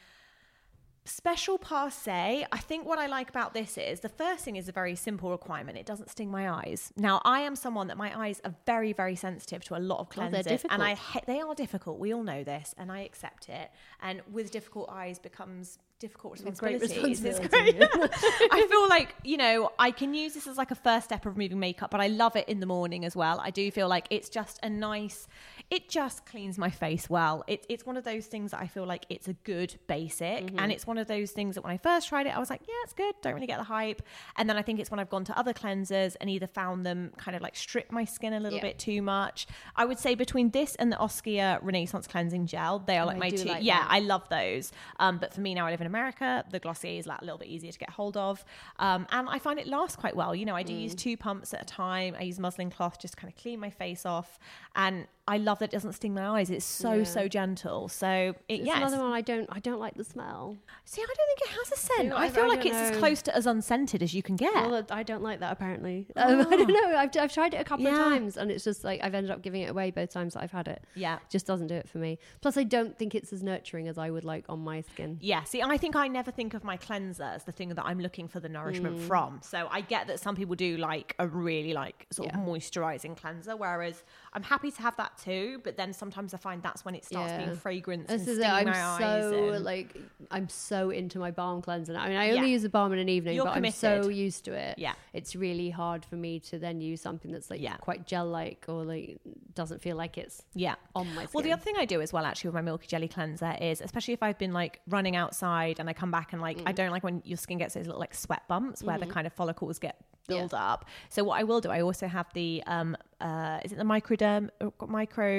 B: special passe. I think what I like about this is the first thing is a very simple requirement. It doesn't sting my eyes. Now, I am someone that my eyes are very, very sensitive to a lot of
A: Oh, they're
B: cleansers,
A: difficult.
B: and I he- they are difficult. We all know this, and I accept it. And with difficult eyes becomes difficult
A: great
B: responsibilities. It's great. I feel like you know I can use this as like a first step of removing makeup, but I love it in the morning as well. I do feel like it's just a nice. It just cleans my face well. It, it's one of those things that I feel like it's a good basic,
A: Mm-hmm.
B: and it's one of those things that when I first tried it, I was like, yeah, it's good. Don't really get the hype. And then I think it's when I've gone to other cleansers and either found them kind of like strip my skin a little
A: Yeah.
B: bit too much. I would say between this and the Oskia Renaissance cleansing gel, they are like
A: I
B: my
A: do
B: two.
A: like
B: yeah,
A: that.
B: I love those. Um, but for me now, I live in America. The Glossier is like a little bit easier to get hold of, um, and I find it lasts quite well. You know, I do
A: Mm.
B: use two pumps at a time. I use muslin cloth just to kind of clean my face off, and I love that it doesn't sting my eyes. It's so so gentle. So it,
A: It's
B: yes.
A: another one I don't. I don't like the smell.
B: See, I don't think it has a scent.
A: know,
B: I
A: I-
B: feel
A: I
B: like
A: don't
B: it's as
A: know.
B: close to as unscented as you can get.
A: Well, I don't like that apparently. Um, I don't know. I've, I've tried it a couple
B: Oh. Yeah.
A: of times and it's just like I've ended up giving it away both times that I've had it.
B: Yeah.
A: Just doesn't do it for me. Plus, I don't think it's as nurturing as I would like on my skin.
B: Yeah, see, I think I never think of my cleanser as the thing that I'm looking for the nourishment
A: Mm.
B: from. So I get that some people do like a really like sort of
A: Yeah.
B: moisturizing cleanser, whereas I'm happy to have that too. But then sometimes I find that's when it starts being fragrance
A: This
B: and
A: is it.
B: sting
A: I'm
B: my eyes.
A: so
B: and-
A: like I'm so into my balm cleanser. now. I mean, I only
B: Yeah.
A: use a balm in an evening,
B: You're
A: but I'm so
B: committed.
A: used to it.
B: Yeah.
A: it's really hard for me to then use something that's like
B: Yeah.
A: quite gel-like or like doesn't feel like it's
B: yeah
A: on my skin.
B: Well, the other thing I do as well, actually, with my Milky Jelly cleanser is, especially if I've been like running outside and I come back and like,
A: Mm.
B: I don't like when your skin gets those little like sweat bumps where
A: Mm-hmm.
B: the kind of follicles get build up. So what I will do, I also have the, um, uh, is it the microderm, uh, micro,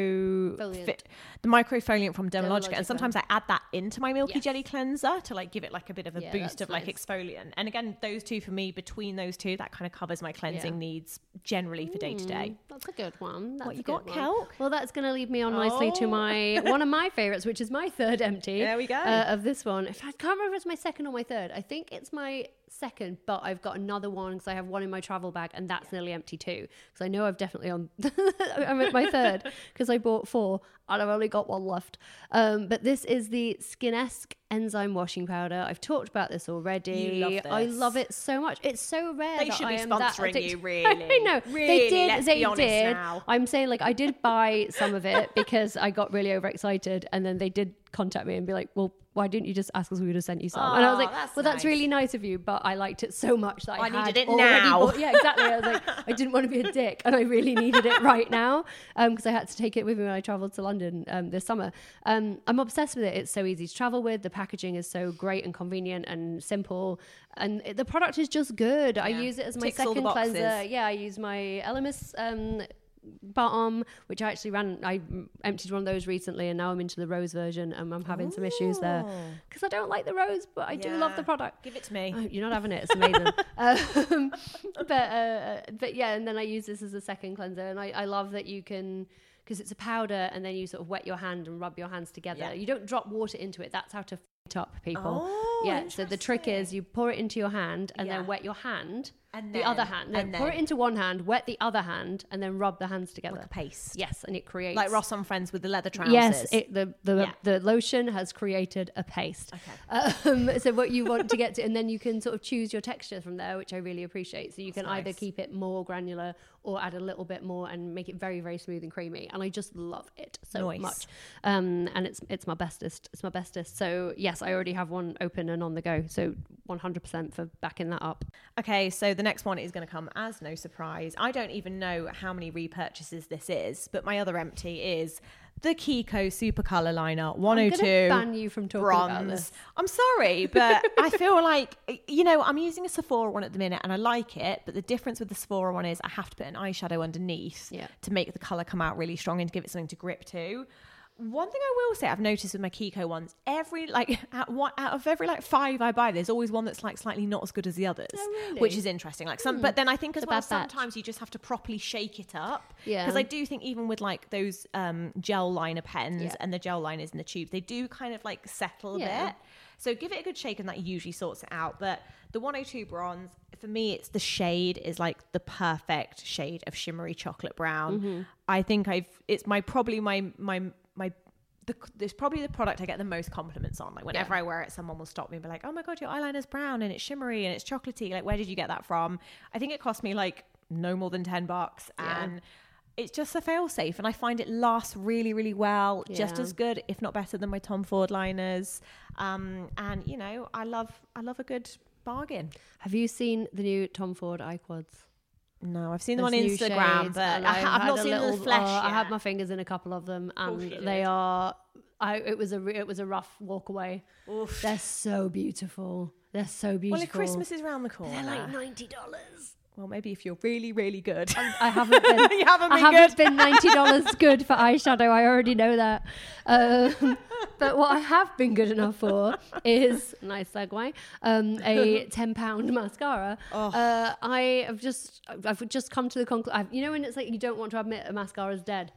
A: Foliant.
B: the microfoliant from Dermalogica,
A: Dermalogica.
B: and sometimes I add that into my Milky
A: Yes.
B: Jelly cleanser to like give it like a bit of a
A: Yeah,
B: boost
A: that's
B: of like
A: nice.
B: exfoliant. And again, those two for me, between those two, that kind of covers my cleansing
A: Yeah. Mm.
B: needs generally for day to day.
A: That's a good one. That's
B: you
A: a
B: got,
A: good one.
B: Kelk?
A: Well, that's going to lead me on nicely to
B: Oh.
A: my one of my favorites, which is my third empty.
B: There we go.
A: Uh, of this one, if I can't remember if it's my second or my third. I think it's my second, but I've got another one because I have one in my travel bag, and that's nearly empty too. Because I know I've definitely on. I'm at my third because I bought four, and I've only got one left. Um, but this is the Skinesque enzyme washing powder. I've talked about this already.
B: love
A: I
B: this.
A: love it so much. It's so rare.
B: They
A: that
B: should be
A: I am that
B: sponsoring you,
A: addicted- I
B: really.
A: know.
B: Really,
A: they did.
B: let's
A: they
B: be honest
A: did.
B: now.
A: I'm saying like I did buy some of it because I got really overexcited, and then they did contact me and be like, "Well, why didn't you just ask us? We would have sent you some." and I was
B: Aw,
A: like,
B: that's
A: "Well, that's
B: nice. Oh,
A: really nice of you, but I liked it so much that I,
B: I needed
A: had
B: it
A: already
B: now."
A: bought- yeah, exactly. I was like, I didn't want to be a dick, and I really needed it right now because I had to take it with me when I travelled to London um, this summer. Um, I'm obsessed with it. It's so easy to travel with. The packaging is so great and convenient and simple, and it, the product is just good. I use it as my
B: Ticks all the
A: second cleanser.
B: boxes.
A: Yeah, I use my Elemis. Um, Balm, which I actually ran, I emptied one of those recently, and now I'm into the rose version, and I'm having some issues there because I don't like the rose, but I do love
B: Yeah.
A: the product.
B: Give it to me.
A: Oh, you're not having it. It's amazing. um, but uh, but yeah, and then I use this as a second cleanser, and I, I love that you can because it's a powder, and then you sort of wet your hand and rub your hands together.
B: Yeah.
A: You don't drop water into it. That's how to f- it up people.
B: Oh,
A: yeah. So the trick
B: interesting.
A: is you pour it into your hand and
B: Yeah.
A: then wet your hand.
B: And
A: the other
B: then-
A: hand,
B: and
A: then pour
B: then-
A: it into one hand, wet the other hand, and then rub the hands together.
B: Like a paste.
A: Yes, and it creates
B: like Ross on Friends with the leather trousers.
A: Yes, it, the the,
B: Yeah.
A: the lotion has created a paste. Um, so what you want to get to, and then you can sort of choose your texture from there, which I really appreciate. So you can either
B: nice.
A: keep it more granular or add a little bit more and make it very very smooth and creamy. And I just love it so
B: Nice.
A: much. Um, and it's it's my bestest. It's my bestest. So yes, I already have one open and on the go. So 100% for backing that up.
B: okay, so the next one is going to come as no surprise. I don't even know how many repurchases this is, but my other empty is the Kiko Super Color Liner
A: I'm gonna
B: 102.
A: ban you from talking about this.
B: bronze. I'm sorry, but I feel like you know I'm using a Sephora one at the minute, and I like it. But the difference with the Sephora one is I have to put an eyeshadow underneath
A: Yeah.
B: to make the color come out really strong and to give it something to grip to. One thing I will say I've noticed with my Kiko ones, every like out, one, out of every like five I buy, there's always one that's like slightly not as good as the others,
A: Oh,
B: which is interesting. Like some, but then I think as
A: It's a
B: well
A: Hmm. bad batch.
B: sometimes you just have to properly shake it up.
A: Yeah.
B: because I do think even with like those um, gel liner pens
A: Yeah.
B: and the gel liners in the tube, they do kind of like settle a
A: Yeah.
B: bit. So give it a good shake and that usually sorts it out. But the 102 bronze, for me, it's the shade is like the perfect shade of shimmery chocolate brown. I think I've it's my probably my my my the, it's probably the product I get the most compliments on. Like whenever I wear it, someone will stop me and be like, "Oh my god, your eyeliner's brown and it's shimmery and it's chocolatey. Like where did you get that from?" I think it cost me like no more than ten bucks, and it's just a fail safe. And I find it lasts really, really well, just
A: Yeah.
B: as good, if not better, than my Tom Ford liners. Um, and you know, I love I love a good bargain.
A: Have you seen the new Tom Ford iQuads?
B: No, I've seen them on
A: There's new
B: Instagram,
A: shades,
B: but
A: and
B: I ha- I've
A: had
B: not
A: a
B: seen them in
A: little-
B: the flesh.
A: oh, I had
B: yet.
A: my fingers in a couple of them, and
B: she
A: they
B: did.
A: are. I it was a re- it was a rough walk away. They're so beautiful. They're so
B: well,
A: beautiful.
B: if Christmas is round the corner.
A: They're like ninety dollars.
B: well, maybe if you're really, really good.
A: I haven't been.
B: You haven't
A: I
B: been
A: haven't
B: good.
A: been ninety dollars good for eyeshadow. I already know that. Um, but what I have been good enough for is nice segue. Um, a ten pound mascara.
B: Oh.
A: Uh, I have just I've just come to the conclusion. You know when it's like you don't want to admit a mascara's dead.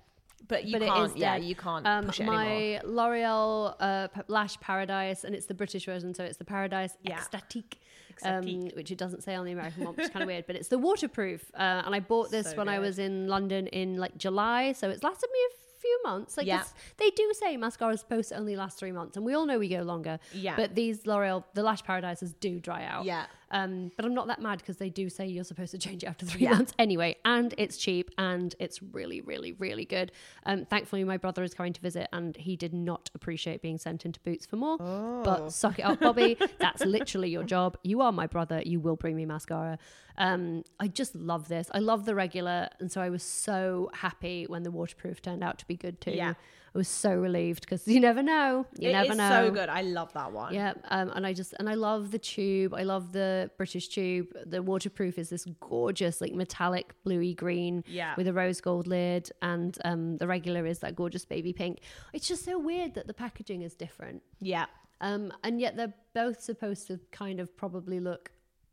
B: but you
A: but
B: can't.
A: it is dead.
B: yeah, you can't
A: Um,
B: push it anymore.
A: my L'Oreal uh, p- Lash Paradise, and it's the British version, so it's the Paradise
B: Yeah.
A: Ecstatique, Um,
B: Ecstatique.
A: which it doesn't say on the American one, which is kind of weird. But it's the waterproof, uh, and I bought this
B: So
A: when I
B: good.
A: was in London in like July, so it's lasted me a few months. Like
B: Yeah.
A: it's- they do say mascara is supposed to only last three months, and we all know we go longer.
B: Yeah.
A: But these L'Oreal, the Lash Paradises do dry out.
B: Yeah.
A: Um, but I'm not that mad because they do say you're supposed to change it after three months anyway. And it's cheap and it's really, really, really good. Um, thankfully, my brother is coming to visit and he did not appreciate being sent into Boots for more.
B: Oh.
A: But suck it up, Bobby. That's literally your job. You are my brother. You will bring me mascara. Um, I just love this. I love the regular. And so I was so happy when the waterproof turned out to be good too.
B: Yeah.
A: I was so relieved because you never know. You
B: It
A: never
B: is
A: know.
B: so good. I love that one.
A: Yeah, um, and I just and I love the tube. I love the British tube. The waterproof is this gorgeous, like metallic bluey green,
B: Yeah.
A: with a rose gold lid, and um, the regular is that gorgeous baby pink. It's just so weird that the packaging is different,
B: Yeah.
A: um, and yet they're both supposed to kind of probably look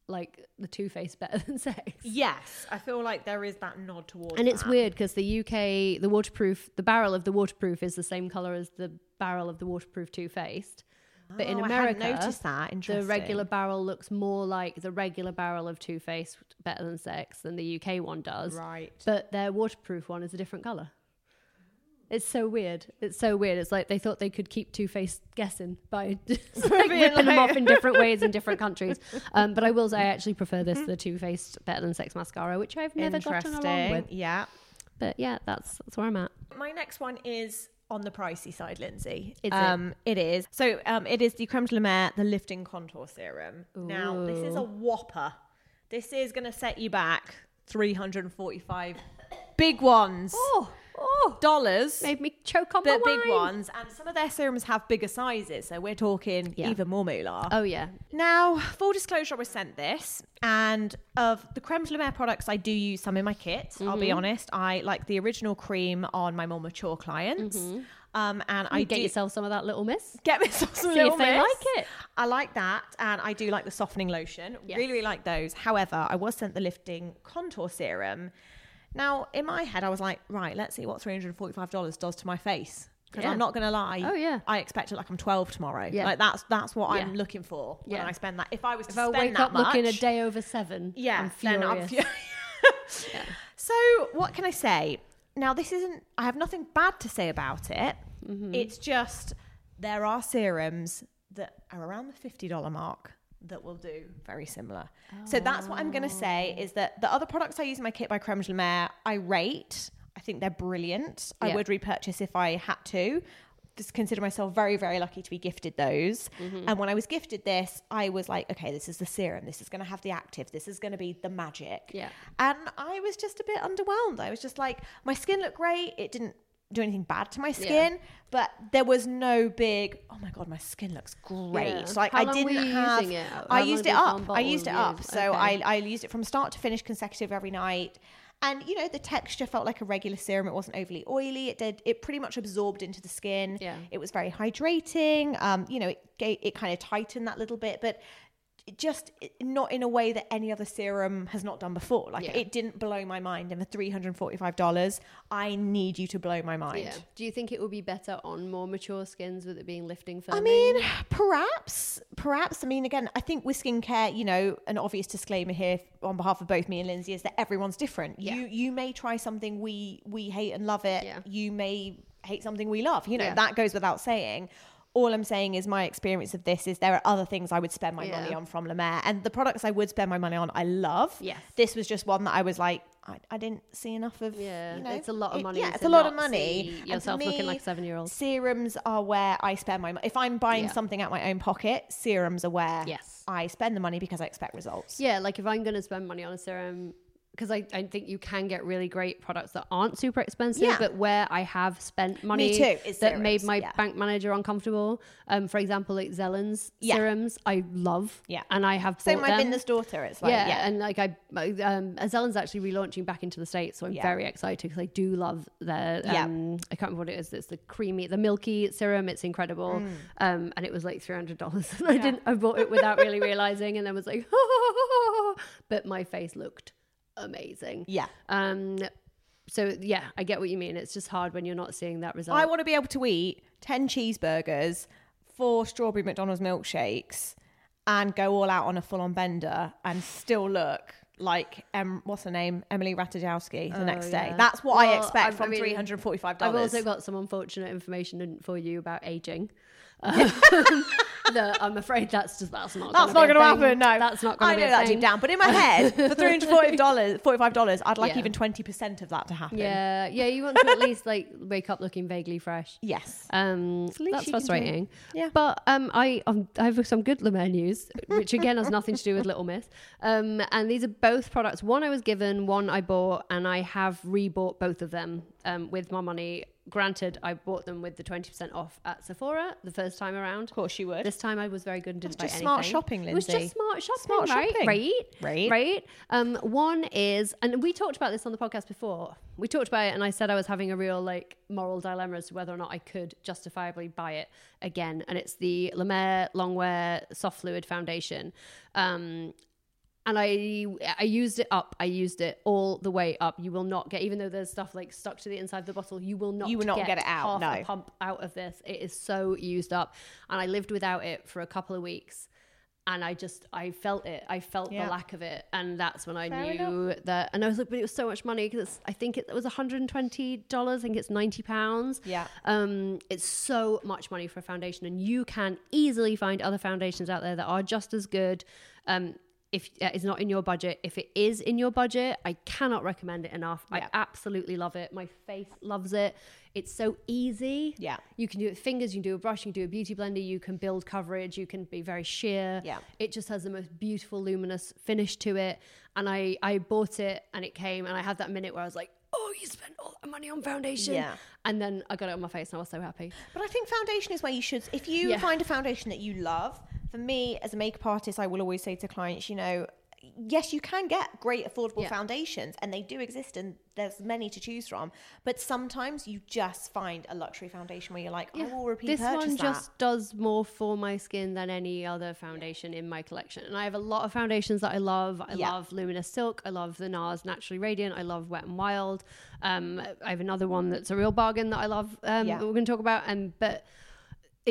A: like the Two Face better than sex.
B: Yes, I feel like there is that nod towards.
A: And it's
B: that.
A: weird because the UK, the waterproof, the barrel of the waterproof is the same color as the barrel of the waterproof Two Faced. But in
B: Oh, I
A: America,
B: hadn't noticed that.
A: the
B: Interesting.
A: regular barrel looks more like the regular barrel of Too Faced Better Than Sex than the UK one does.
B: Right.
A: But their waterproof one is a different color. It's so weird. It's so weird. It's like they thought they could keep Too Faced guessing by just like
B: being
A: ripping them
B: like-
A: off in different ways in different countries. Um, but I will say, I actually prefer this to the Too Faced Better Than Sex mascara, which I've never gotten along with.
B: Yeah.
A: But yeah, that's that's where I'm at.
B: My next one is on the pricey side, Lindsay.
A: Is it?
B: um, it is. So um, it is the Creme de la Mer, the lifting contour serum. Now this is a whopper. This is going to set you back 345 big ones.
A: oh,
B: Dollars.
A: made me choke on
B: The
A: my
B: big
A: wine.
B: ones, and some of their serums have bigger sizes, so we're talking
A: Yeah.
B: even more moolah.
A: Oh yeah,
B: Now, full disclosure, I was sent this, and of the creme de la mer products, I do use some in my kit. I'll be honest, I like the original cream on my more mature clients, um, and I
A: get
B: do
A: yourself some of that little miss.
B: get myself some
A: See if
B: little
A: they
B: Miss.
A: like it.
B: I like that, and I do like the softening lotion. Really, really like those. However, I was sent the lifting contour serum. Now, in my head, I was like, right, let's see what three hundred forty-five dollars does to my face. Because
A: Yeah.
B: I'm not gonna lie.
A: Oh, yeah.
B: I expect it like I'm twelve tomorrow.
A: Yeah.
B: Like that's that's what I'm
A: Yeah.
B: looking for when
A: Yeah.
B: I spend that. If I was to
A: If I
B: spend
A: wake
B: that
A: up looking a
B: much-
A: day over seven,
B: yeah,
A: I'm furious.
B: Then I'm furious. So what can I say? Now this isn't. I have nothing bad to say about it.
A: Mm-hmm.
B: It's just there are serums that are around the fifty dollar mark that will do very similar. So that's what I'm going to say
A: Oh.
B: is that the other products I use in my kit by Creme de la Mer, I rate. I think they're brilliant. I
A: Yeah.
B: would repurchase if I had to. Just consider myself very, very lucky to be gifted those.
A: Mm-hmm.
B: And when I was gifted this, I was like, okay, this is the serum. This is going to have the active. This is going to be the magic.
A: Yeah.
B: And I was just a bit underwhelmed. I was just like, my skin looked great. It didn't do anything bad to my skin, but there was no big. Oh my god, my skin looks great.
A: Yeah.
B: Like
A: How
B: I
A: long
B: didn't
A: were you
B: have.
A: using it? How
B: I
A: long
B: used
A: did
B: it
A: one
B: up. I
A: bottle
B: used it
A: you
B: up.
A: use?
B: So
A: Okay.
B: I I used it from start to finish, consecutive every night. And you know the texture felt like a regular serum. It wasn't overly oily. It did. It pretty much absorbed into the skin.
A: Yeah.
B: It was very hydrating. Um, you know, it gave, it kind of tightened that little bit, but it just it- not in a way that any other serum has not done before. Like
A: Yeah.
B: it didn't blow my mind. And for three hundred and forty-five dollars, I need you to blow my mind.
A: Yeah. Do you think it would be better on more mature skins with it being lifting
B: I
A: filming?
B: mean, perhaps, perhaps. I mean, again, I think with skincare, you know, an obvious disclaimer here on behalf of both me and Lindsay is that everyone's different.
A: Yeah.
B: You you may try something we we hate and love it.
A: Yeah.
B: You may hate something we love. You know,
A: Yeah.
B: that goes without saying. All I'm saying is my experience of this is there are other things I would spend my
A: Yeah.
B: money on from La Mer, and the products I would spend my money on, I love.
A: Yes.
B: This was just one that I was like, I, I didn't see enough of.
A: Yeah,
B: you know,
A: it's a lot of
B: it-
A: money
B: yeah, it's
A: to
B: a lot of
A: not
B: money.
A: see
B: And for
A: yourself looking like a seven-year-old.
B: serums are where I spend my money. If I'm buying
A: Yeah.
B: something out my own pocket, serums are where
A: Yes.
B: I spend the money because I expect results.
A: Yeah, like if I'm going to spend money on a serum, because I, I think you can get really great products that aren't super expensive,
B: Yeah.
A: but where I have spent money
B: too, is
A: that made
B: serums,
A: my
B: yeah.
A: bank manager uncomfortable. Um, for example, like Zellen's
B: Yeah.
A: serums, I love.
B: Yeah.
A: and I have.
B: So
A: bought
B: my
A: them.
B: Vinda's daughter, it's like
A: yeah,
B: yeah,
A: and like I, my, um, Azellen's actually relaunching back into the states, so I'm
B: Yeah.
A: very excited because I do love their.
B: Yeah.
A: Um, I can't remember what it is. It's the creamy, the milky serum. It's incredible,
B: Mm.
A: um, and it was like three hundred dollars. I didn't. I bought it without really realizing, and then was like, but my face looked amazing.
B: yeah.
A: Um. So yeah, I get what you mean. It's just hard when you're not seeing that result.
B: I want to be able to eat ten cheeseburgers, four strawberry McDonald's milkshakes, and go all out on a full-on bender and still look. Like um, what's her name, Emily Ratajkowski. The next day,
A: Oh, yeah.
B: that's what I
A: Well,
B: expect
A: I- I
B: from
A: mean,
B: three hundred forty-five
A: I've
B: dollars.
A: also got some unfortunate information in- for you about aging. Um, that I'm afraid that's just that's not.
B: That's not
A: gonna be
B: going to
A: a
B: happen.
A: thing.
B: No,
A: that's not
B: I
A: going to be.
B: know
A: a
B: that
A: thing.
B: deep down, but in my head, for three hundred forty dollars, forty-five dollars, I'd like
A: Yeah.
B: even twenty percent of that to happen.
A: Yeah, yeah. You want to at least like wake up looking vaguely fresh.
B: Yes.
A: Um,
B: the
A: that's
B: least you can do.
A: frustrating.
B: Yeah.
A: But um, I um, I have some good La Mer news, which again has nothing to do with Little Miss. Um, and these are both products. One I was given, one I bought, and I have rebought both of them um, with my money. Granted, I bought them with the twenty percent off at Sephora the first time around.
B: Of course you would.
A: This time I was very good and didn't
B: That's
A: buy
B: just
A: anything.
B: smart shopping,
A: It was just
B: Lindsay.
A: smart shopping,
B: Smart
A: right?
B: shopping.
A: Right?
B: Right.
A: Right? Um, one is, and we talked about this on the podcast before. We talked about it, and I said I was having a real like moral dilemma as to whether or not I could justifiably buy it again. And it's the La Mer Longwear Soft Fluid Foundation. Um, and I I used it up. I used it all the way up. You will not get, even though there's stuff like stuck to the inside of the bottle, you will not.
B: You will not get it out,
A: half a
B: no.
A: pump out of this. It is so used up, and I lived without it for a couple of weeks, and I just I felt it. I felt
B: Yeah.
A: the lack of it, and that's when I
B: Fair
A: knew that. And I was like, but it was so much money because I think it was 120 dollars. I think it's 90 pounds.
B: Yeah.
A: Um, it's so much money for a foundation, and you can easily find other foundations out there that are just as good. Um, if uh, it's not in your budget, if it is in your budget, I cannot recommend it enough. I
B: Yeah.
A: absolutely love it. My face loves it. It's so easy.
B: Yeah.
A: You can do it with fingers, you can do a brush, you can do a beauty blender, you can build coverage, you can be very sheer.
B: Yeah.
A: It just has the most beautiful luminous finish to it. And I, I bought it and it came and I had that minute where I was like, oh, you spent all that money on foundation.
B: Yeah.
A: And then I got it on my face and I was so happy.
B: But I think foundation is where you should. If you
A: Yeah.
B: find a foundation that you love, for me as a makeup artist, I will always say to clients, you know, yes, you can get great affordable
A: Yeah.
B: foundations, and they do exist, and there's many to choose from. But sometimes you just find a luxury foundation where you're like, I will repeat
A: this
B: purchase
A: one
B: that.
A: just does more for my skin than any other foundation in my collection and i have a lot of foundations that i love i
B: Yeah.
A: love luminous silk i love the nars naturally radiant i love wet and wild um, i have another one that's a real bargain that i love um,
B: Yeah.
A: that we're going to talk about and but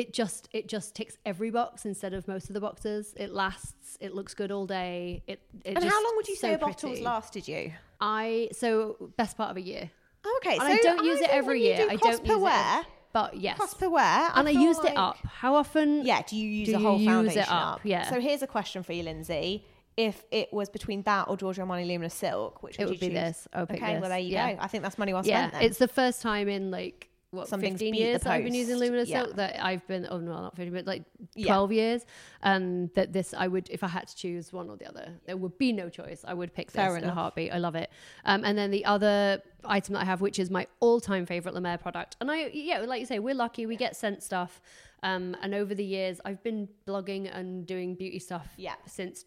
A: it just it just ticks every box instead of most of the boxes it lasts it looks good all day it, it
B: and how
A: just
B: long would you
A: so
B: say a bottle's
A: pretty.
B: lasted you?
A: i so best part of a year
B: Oh, okay,
A: and
B: so
A: i don't use
B: think
A: it every
B: when you
A: year
B: do
A: i
B: cost
A: don't
B: per
A: use
B: wear,
A: it every- but yes
B: Cost per wear, I
A: and I
B: feel
A: used
B: like-
A: it up. How often?
B: Yeah, do you use
A: do
B: the whole
A: you
B: foundation
A: use it up? Yeah.
B: So here's a question for you, Lindsay. If it was between that or Giorgio Armani Luminous Silk, which
A: It
B: would,
A: would
B: you
A: be
B: choose?
A: this. I'll pick
B: okay,
A: this.
B: well there you
A: Yeah.
B: go. I think that's money well
A: yeah,
B: spent. then.
A: it's the first time in like what
B: Something's
A: fifteen
B: beat the
A: years that I've been using
B: post.
A: luminous
B: Yeah.
A: silk that I've been oh no not fifteen but like
B: Yeah.
A: twelve years. Um, that this I would if I had to choose one or the other there would be no choice. I would pick this
B: Fair
A: in a
B: enough.
A: heartbeat. I love it. Um, and then the other item that I have, which is my all-time favorite La Mer product. And I, yeah, like you say, we're lucky. We get sent stuff. Um, and over the years, I've been blogging and doing beauty stuff
B: Yeah.
A: since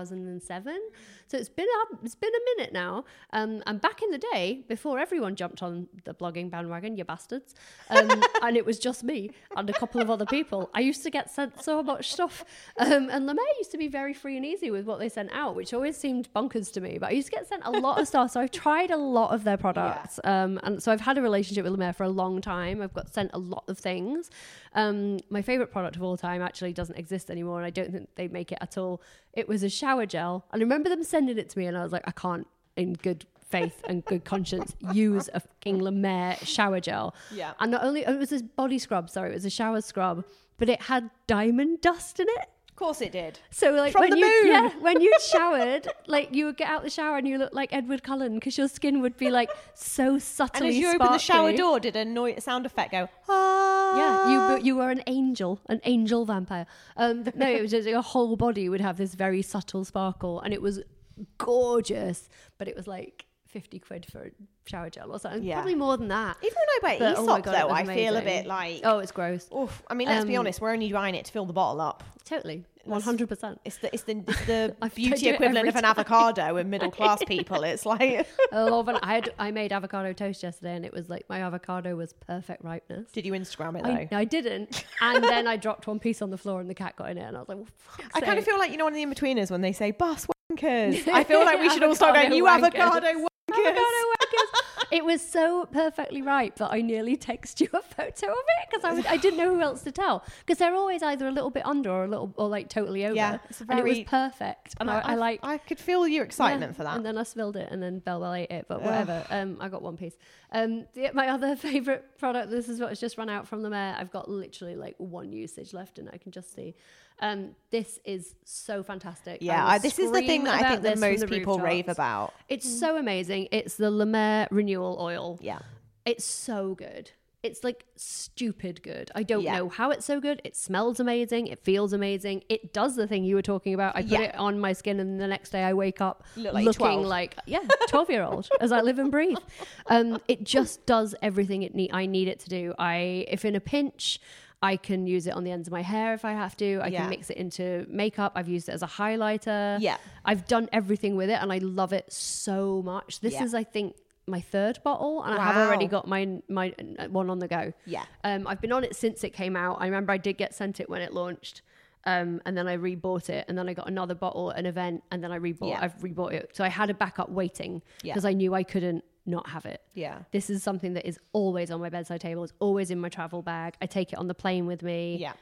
A: 2007. So it's been a, it's been a minute now. Um, and back in the day, before everyone jumped on the blogging bandwagon, you bastards, um, and it was just me and a couple of other people, I used to get sent so much stuff. Um, and La Mer used to be very free and easy with what they sent out, which always seemed bonkers to me. But I used to get sent a lot of stuff. So I've tried a lot of their products. Um, and so I've had a relationship with La Mer for a long time. I've got sent a lot of things. Um, my favorite product of all time actually doesn't exist anymore, and I don't think they make it at all. It was a shower gel, and I remember them sending it to me, and I was like, I can't, in good faith and good conscience, use a fucking La Mer shower gel.
B: Yeah.
A: and not only oh, it was this body scrub, sorry, it was a shower scrub, but it had diamond dust in it.
B: Of course it did.
A: So like
B: From
A: when
B: the
A: you
B: moon.
A: yeah, when you showered, like you would get out the shower and you looked like Edward Cullen because your skin would be like so
B: And
A: subtly.
B: as you opened the shower
A: sparkly.
B: door, did a noi- sound effect go, ah.
A: Yeah, you bu- you were an angel, an angel vampire. Um, no, it was just your whole body would have this very subtle sparkle, and it was gorgeous. But it was like fifty quid for a shower gel or something,
B: Yeah.
A: probably more than that.
B: Even when I wear
A: But, oh my
B: Aesop,
A: God, it
B: though,
A: was
B: I feel a
A: amazing.
B: bit like.
A: oh, it's gross.
B: Oof. I mean, let's be
A: Um,
B: honest, we're only buying it to fill the bottle up.
A: Totally, one hundred percent.
B: It's the it's the, it's the
A: I've told
B: beauty
A: you it
B: equivalent
A: every
B: of an
A: time.
B: avocado in middle class people. It's like,
A: I love it. I had I made avocado toast yesterday, and it was like my avocado was perfect ripeness.
B: did you Instagram it though?
A: I, I didn't, and then I dropped one piece on the floor, and the cat got in it, and I was like, well, fuck's
B: I kind of
A: sake.
B: feel like you know one of the in-betweeners when they say "bus wankers." I feel like we should all start
A: Avocado
B: going, "You
A: wankers.
B: avocado wankers."
A: Avocado wankers. It was so perfectly ripe that I nearly text you a photo of it because I, was- I didn't know who else to tell because they're always either a little bit under or a little or like totally over.
B: Yeah, it's a
A: and it
B: very-
A: was perfect. And I, I, like
B: I could feel your excitement for that.
A: And then I spilled it, and then Bellwell ate it. But whatever. Um, I got one piece. Um, the, my other favorite product. This is what's just run out from the mayor. I've got literally like one usage left, and I can just see. Um, this is so fantastic.
B: yeah,
A: will
B: I, this is the
A: scream
B: thing that I
A: about
B: think that
A: this from
B: most
A: the
B: people rave
A: rooftops.
B: about. Mm.
A: It's so amazing. It's the La Mer Renewal Oil.
B: Yeah,
A: It's so good. It's like stupid good. I don't
B: Yeah.
A: know how it's so good. It smells amazing. It feels amazing. It does the thing you were talking about. I put
B: Yeah.
A: it on my skin, and the next day I wake up
B: Look like
A: looking
B: 12.
A: like yeah, twelve year old as I live and breathe. Um, it just does everything it need. I need it to do. I if in a pinch. I can use it on the ends of my hair if I have to. I
B: Yeah.
A: can mix it into makeup. I've used it as a highlighter.
B: Yeah.
A: I've done everything with it and I love it so much. This
B: Yeah.
A: is, I think, my third bottle and I have already
B: Wow.
A: got my my uh, one on the go.
B: Yeah.
A: Um, I've been on it since it came out. I remember I did get sent it when it launched. Um, and then I rebought it, and then I got another bottle at an event, and then I rebought.
B: Yeah.
A: I've rebought it, so I had a backup waiting
B: Yeah.
A: because I knew I couldn't not have it.
B: Yeah.
A: this is something that is always on my bedside table. It's always in my travel bag. I take it on the plane with me.
B: yeah,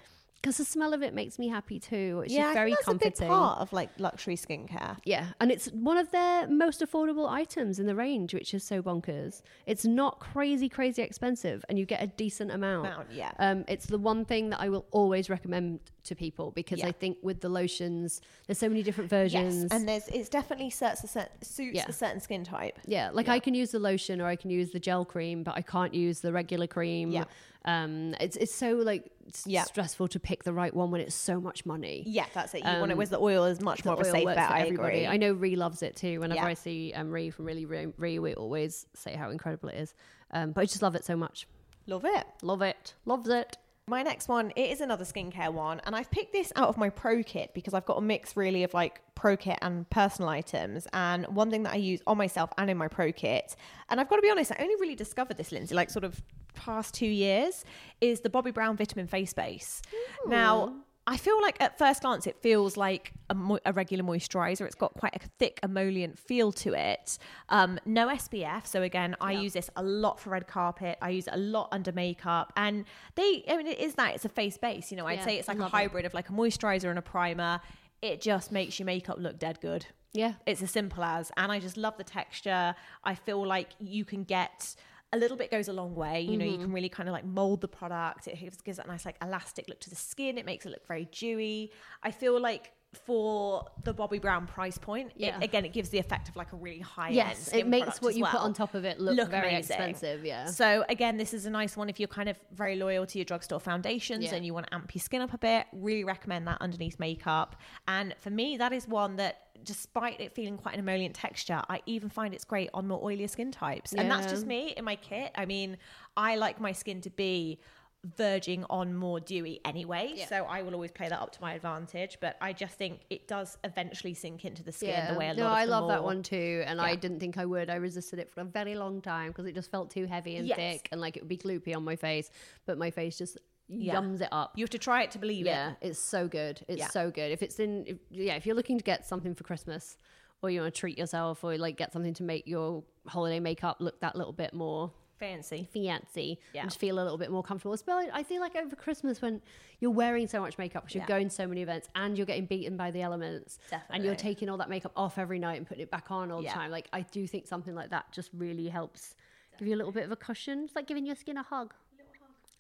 A: because the smell of it makes me happy too. Which
B: yeah.
A: is very
B: I think that's
A: comforting.
B: a big part of like luxury skincare.
A: Yeah, and it's one of their most affordable items in the range, which is so bonkers. It's not crazy, crazy expensive, and you get a decent amount.
B: Amount, yeah.
A: Um, it's the one thing that I will always recommend to people because
B: Yeah.
A: I think with the lotions, there's so many different versions.
B: and there's it's definitely suits a certain, suits
A: Yeah.
B: a certain skin type.
A: yeah, like I can use the lotion or I can use the gel cream, but I can't use the regular cream.
B: Yeah.
A: Um, it's it's so like s-
B: Yeah.
A: stressful to pick the right one when it's so much money.
B: Yeah, that's it. You want it with the Um, oil is much more of a
A: oil
B: safe
A: works
B: bet.
A: for
B: I
A: everybody.
B: agree.
A: I know Ree loves it too. Whenever
B: Yeah.
A: I see um, Ree from Really Ree, Ree, we always say how incredible it is. Um, but I just love it so much.
B: Love it.
A: Love it. Loves it.
B: My next one, it is another skincare one, and I've picked this out of my pro kit because I've got a mix really of like pro kit and personal items. And one thing that I use on myself and in my pro kit, and I've got to be honest, I only really discovered this, Lindsay, like sort of past two years, is the Bobbi Brown Vitamin Face Base. Now, I feel like at first glance it feels like a, mo- a regular moisturizer. It's got quite a thick emollient feel to it. Um, no SPF, so again, I use this a lot for red carpet. I use it a lot under makeup, and they. I mean, it is that it's a face base. You know, I'd
A: Yeah,
B: say it's
A: I
B: like a
A: love it.
B: hybrid of like a moisturizer and a primer. It just makes your makeup look dead good.
A: Yeah.
B: It's as simple as, and I just love the texture. I feel like you can get a little bit goes a long way. You know, you
A: Mm-hmm.
B: can really kind of like mold the product. It gives, gives that nice like elastic look to the skin. It makes it look very dewy. I feel like for the Bobby Brown price point.
A: Yeah.
B: It, again, it gives the effect of like a really high
A: Yes,
B: end.
A: it makes what you put on top of it look very
B: amazing.
A: expensive, yeah.
B: So again, this is a nice one if you're kind of very loyal to your drugstore foundations
A: Yeah.
B: and you want to amp your skin up a bit. Really recommend that underneath makeup. And for me, that is one that. Despite it feeling quite an emollient texture, I even find it's great on more oilier skin types. And that's
A: Yeah.
B: just me in my kit. I mean, I like my skin to be verging on more dewy anyway.
A: Yeah.
B: So I will always play that up to my advantage. But I just think it does eventually sink into the skin the way a
A: no,
B: lot of
A: I
B: the
A: love that
B: more-
A: one too, and I didn't think I would. I resisted it for a very long time because it just felt too heavy and
B: Yes.
A: thick, and like it would be gloopy on my face. But my face just yums it up.
B: You have to try it to believe
A: yeah,
B: it.
A: it's so good. It's
B: Yeah.
A: so good. If it's in, if, yeah, if you're looking to get something for Christmas, or you want to treat yourself, or like get something to make your holiday makeup look that little bit more
B: Fancy.
A: fancy
B: Yeah.
A: and feel a little bit more comfortable. Especially, I feel like over Christmas when you're wearing so much makeup, 'cause you're
B: Yeah.
A: going to so many events, and you're getting beaten by the elements, and you're
B: Definitely.
A: taking all that makeup off every night and putting it back on all
B: Yeah.
A: the time. Like I do think something like that just really helps give you a little bit of a cushion. It's like giving your skin a hug.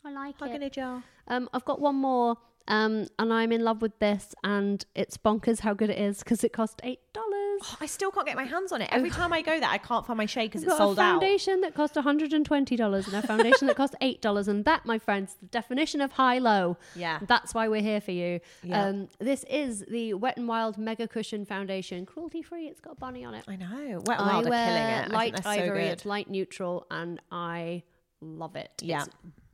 A: I like
B: Hug
A: it.
B: in a jar.
A: Um, I've got one more, um, and I'm in love with this, and it's bonkers how good it is because it cost eight dollars.
B: I still can't get my hands on it. Every time I go there, I can't find my shade because
A: I've
B: Oh, it's
A: Oh. got
B: sold
A: a
B: out.
A: foundation that cost $120 and a foundation that cost $8. And that, my friends, is the definition of high low.
B: Yeah.
A: That's why we're here for you.
B: Yeah.
A: Um, this is the Wet n Wild Mega Cushion Foundation. Cruelty free. It's got a bunny on it.
B: I know. Wet n
A: I
B: Wild are
A: wear
B: killing it. I
A: light
B: think they're so
A: ivory.
B: good.
A: It's light neutral, and I love it.
B: Yeah.
A: It's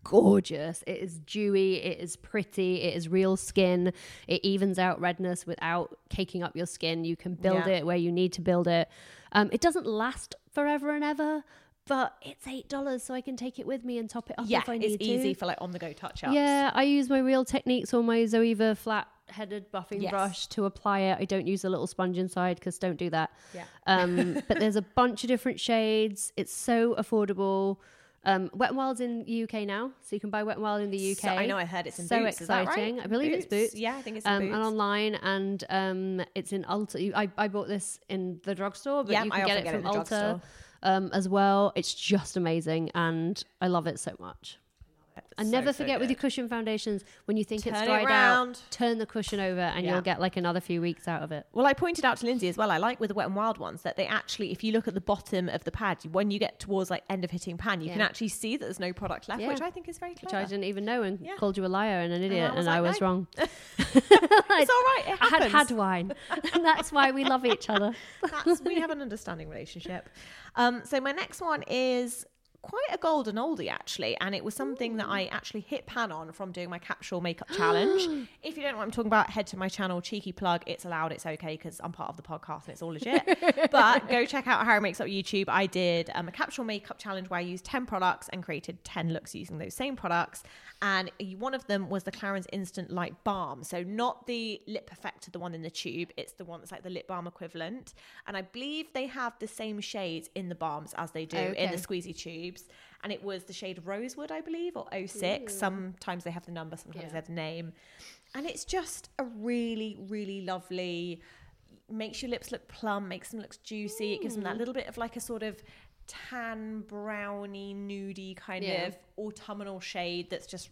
A: gorgeous. It is dewy. It is pretty. It is real skin. It evens out redness without caking up your skin. You can build
B: Yeah.
A: it where you need to build it. Um, it doesn't last forever and ever, but it's eight dollars, so I can take it with me and top it up
B: yeah,
A: if I need
B: it's easy
A: to.
B: for like on the go touch ups.
A: Yeah, I use my real techniques or my Zoeva flat headed buffing
B: Yes.
A: brush to apply it. I don't use a little sponge inside because don't do that.
B: Yeah.
A: Um, but there's a bunch of different shades. It's so affordable. Um, Wet n Wild's in the UK now, so you can buy Wet n Wild in the UK.
B: So- I know I heard it's in
A: so
B: Boots, is that right?
A: exciting. I believe it's
B: Boots?
A: Boots.
B: Yeah, I think it's in
A: um,
B: Boots.
A: And online, and um, it's in Ulta. I, I bought this in the drugstore, but
B: Yeah,
A: you
B: I
A: can get
B: often
A: it
B: get it
A: from
B: in the
A: Ulta
B: drugstore.
A: um, as well. It's just amazing, and I love it so much. And never forget with your cushion foundations when you think it's
B: Turn it
A: dried
B: round.
A: out, turn the cushion over, and
B: Yeah.
A: you'll get like another few weeks out of it.
B: Well, I pointed out to Lindsay as well. I like with the wet and wild ones that they actually, if you look at the bottom of the pad, you- when you get towards like end of hitting pan, you can
A: Yeah.
B: actually see that there's no product left,
A: Yeah.
B: which I think is very
A: which
B: clever.
A: I didn't even know and
B: Yeah.
A: called you a liar and an idiot, and I was,
B: like, no.
A: wrong.
B: It's all right. It
A: I had
B: happens.
A: had wine, and that's why we love each other.
B: That's, we have an understanding relationship. Um, so my next one is quite a golden oldie actually, and it was something that I actually hit pan on from doing my capsule makeup challenge. if you don't know what I'm talking about, head to my channel, cheeky plug. It's allowed. It's okay because I'm part of the podcast and it's all legit. but go check out Harry Makes Up YouTube. I did um, a capsule makeup challenge where I used ten products and created ten looks using those same products, and one of them was the Clarins Instant Light Balm. So not the lip perfector, the one in the tube. It's the one that's like the lip balm equivalent, and I believe they have the same shades in the balms as they do in
A: Okay.
B: the squeezy tubes. And it was the shade Rosewood, I believe, or 06. Sometimes they have the number, sometimes they have the name. And it's just a really, really lovely, makes your lips look plump, makes them look juicy. It gives them
A: Mm.
B: that little bit of like a sort of tan, browny, nudie kind
A: Yeah. Mm-hmm.
B: of autumnal shade that's just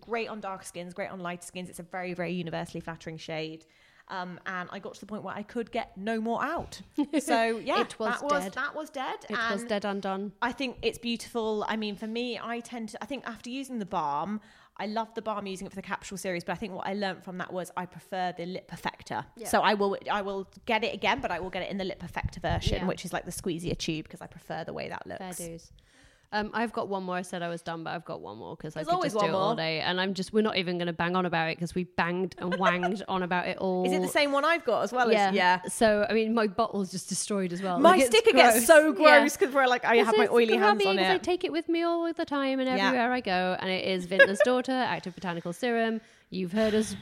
B: great on dark skins, great on lighter skins. It's a very, very universally flattering shade. Um, and I got to the point where I could get no more out. So yeah,
A: It was
B: that was
A: dead.
B: that was dead.
A: It was
B: and
A: dead undone.
B: I think it's beautiful. I mean, for me, I tend to, I think after using the balm, I love the balm using it for the capsule series, but I think what I learned from that was I prefer the lip perfector. So I will, I will get it again, but I will get it in the lip perfector version,
A: Yeah.
B: which is like the squeezier tube because I prefer the way that
A: Fair
B: looks.
A: dues. Um, I've got one more. I said I was done, but I've got one more because I
B: There's
A: could
B: always
A: just do
B: one
A: it all
B: more.
A: day. And I'm just, we're not even going to bang on about it because we banged and wanged on about it all.
B: Is it the same one I've got as well?
A: Yeah.
B: As, yeah.
A: So, I mean, my bottle's just destroyed as well.
B: My
A: Like, it's
B: sticker
A: gross.
B: gets so
A: Yeah.
B: gross because we're like, I have
A: This
B: my
A: is
B: oily hands
A: grubby
B: on
A: 'cause I
B: it.
A: take it with me all the time and
B: Yeah.
A: everywhere I go, and it is Vintner's daughter, active botanical serum. You've heard us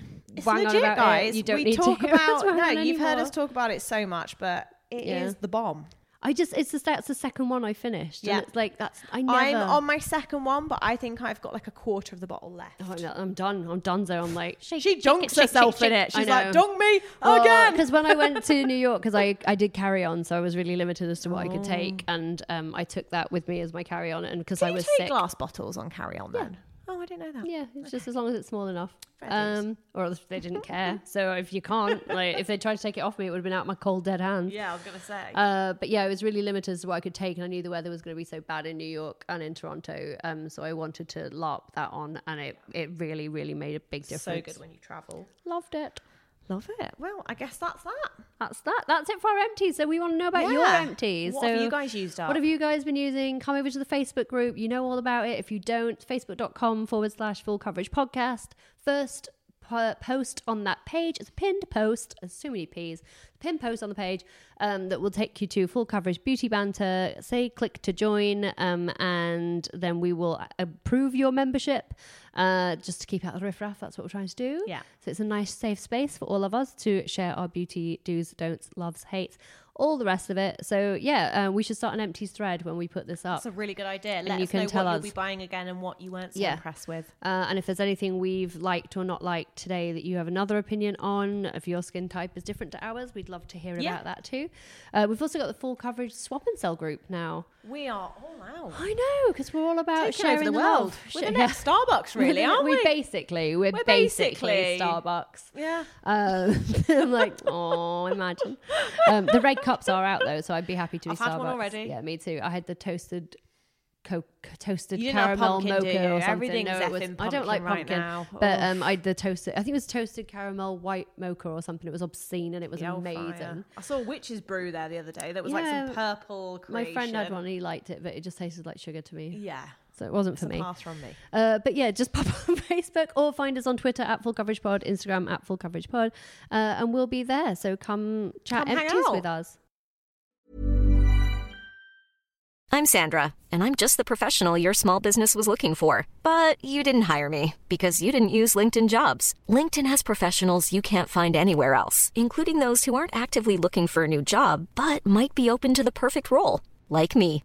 A: wang on about it. You don't
B: we
A: need
B: talk
A: to hear us
B: about
A: wang
B: no.
A: on
B: You've heard us
A: anymore.
B: talk about it so much, but it is
A: Yeah.
B: the bomb.
A: I just it's the that's the second one I finished.
B: Yeah.
A: and it's like that's I never.
B: I'm on my second one, but I think I've got like a quarter of the bottle left.
A: Oh, no, I'm done. I'm done. So I'm like shake,
B: She
A: shake
B: dunks
A: it, shake,
B: herself
A: shake,
B: in
A: shake.
B: it.
A: I
B: She's like,
A: know.
B: dunk me
A: Oh,
B: again.
A: Because when I went to New York, because I, I did carry on, so I was really limited as to what I could take, and um, I took that with me as my carry on, and because I
B: Oh. you
A: was
B: take
A: sick,
B: glass bottles on carry on then? Oh, I didn't know that.
A: Yeah, it's just as long as it's small enough.
B: Fair dues.
A: Um, or else they didn't care. so if you can't, like, if they tried to take it off me, it would have been out my cold dead hands.
B: Yeah, I was gonna say.
A: Uh, but yeah, it was really limited as to what I could take, and I knew the weather was going to be so bad in New York and in Toronto. Um, so I wanted to LARP that on, and it, it really, really made a big difference.
B: so good when you travel.
A: Loved it.
B: Love it. Well, I guess that's that.
A: That's that. That's it for our empties. So we want to know about your
B: Yeah.
A: empties.
B: What have
A: So
B: you guys used up?
A: What have you guys been using? Come over to the Facebook group. You know all about it. If you don't, facebook.com forward slash full coverage podcast. First po- post on that page is a pinned post. There's so many P's. Pinned post on the page um, that will take you to full coverage beauty banter. Say click to join, um, and then we will uh, approve your membership. Uh, just to keep out the riffraff, that's what we're trying to do.
B: Yeah.
A: So it's a nice safe space for all of us to share our beauty do's, don'ts, loves, hates, all the rest of it. So yeah, uh, we should start an empties thread when we put this up.
B: That's a really good idea. Let
A: you
B: us
A: can
B: know
A: tell
B: what
A: us.
B: you'll be buying again and what you weren't so
A: Yeah.
B: impressed with.
A: Uh, and if there's anything we've liked or not liked today that you have another opinion on, if your skin type is different to ours, we'd love to hear
B: Yeah.
A: about that too. Uh, we've also got the full coverage swap and sell group now.
B: We are all out.
A: I know, because we're all about
B: Taking
A: sharing
B: over the,
A: the
B: world.
A: love.
B: We're
A: Sh-
B: the next Starbucks, really,
A: We're the-
B: aren't we?
A: we basically we're,
B: We're
A: basically,
B: basically-
A: Starbucks.
B: yeah.
A: Um, I'm like, oh, imagine. Um, the red cups are out though, so I'd be happy to.
B: I've
A: be
B: had
A: Starbucks.
B: one already.
A: Yeah, me too. I had the toasted. Coke, toasted
B: You didn't have
A: caramel
B: pumpkin,
A: mocha
B: do you?
A: or something.
B: Everything's
A: no, it was,
B: effing
A: I don't like
B: pumpkin right
A: pumpkin,
B: now.
A: but
B: Oof.
A: um, I the toasted. I think it was toasted caramel white mocha or something. It was obscene and it was
B: The Hellfire.
A: amazing.
B: I saw a witch's brew there the other day. That was like
A: Yeah.
B: some purple
A: My
B: creation.
A: friend had one. He liked it, but it just tasted like sugar to me,
B: Yeah.
A: so it wasn't for
B: It's a
A: me.
B: pass from me.
A: Uh, but yeah, just pop on Facebook or find us on Twitter at Full Coverage Pod, Instagram at Full Coverage Pod, uh, and we'll be there. So come chat
B: Come hang
A: empties
B: out.
A: with us.
C: I'm Sandra, and I'm just the professional your small business was looking for. But you didn't hire me because you didn't use LinkedIn jobs. LinkedIn has professionals you can't find anywhere else, including those who aren't actively looking for a new job but might be open to the perfect role, like me.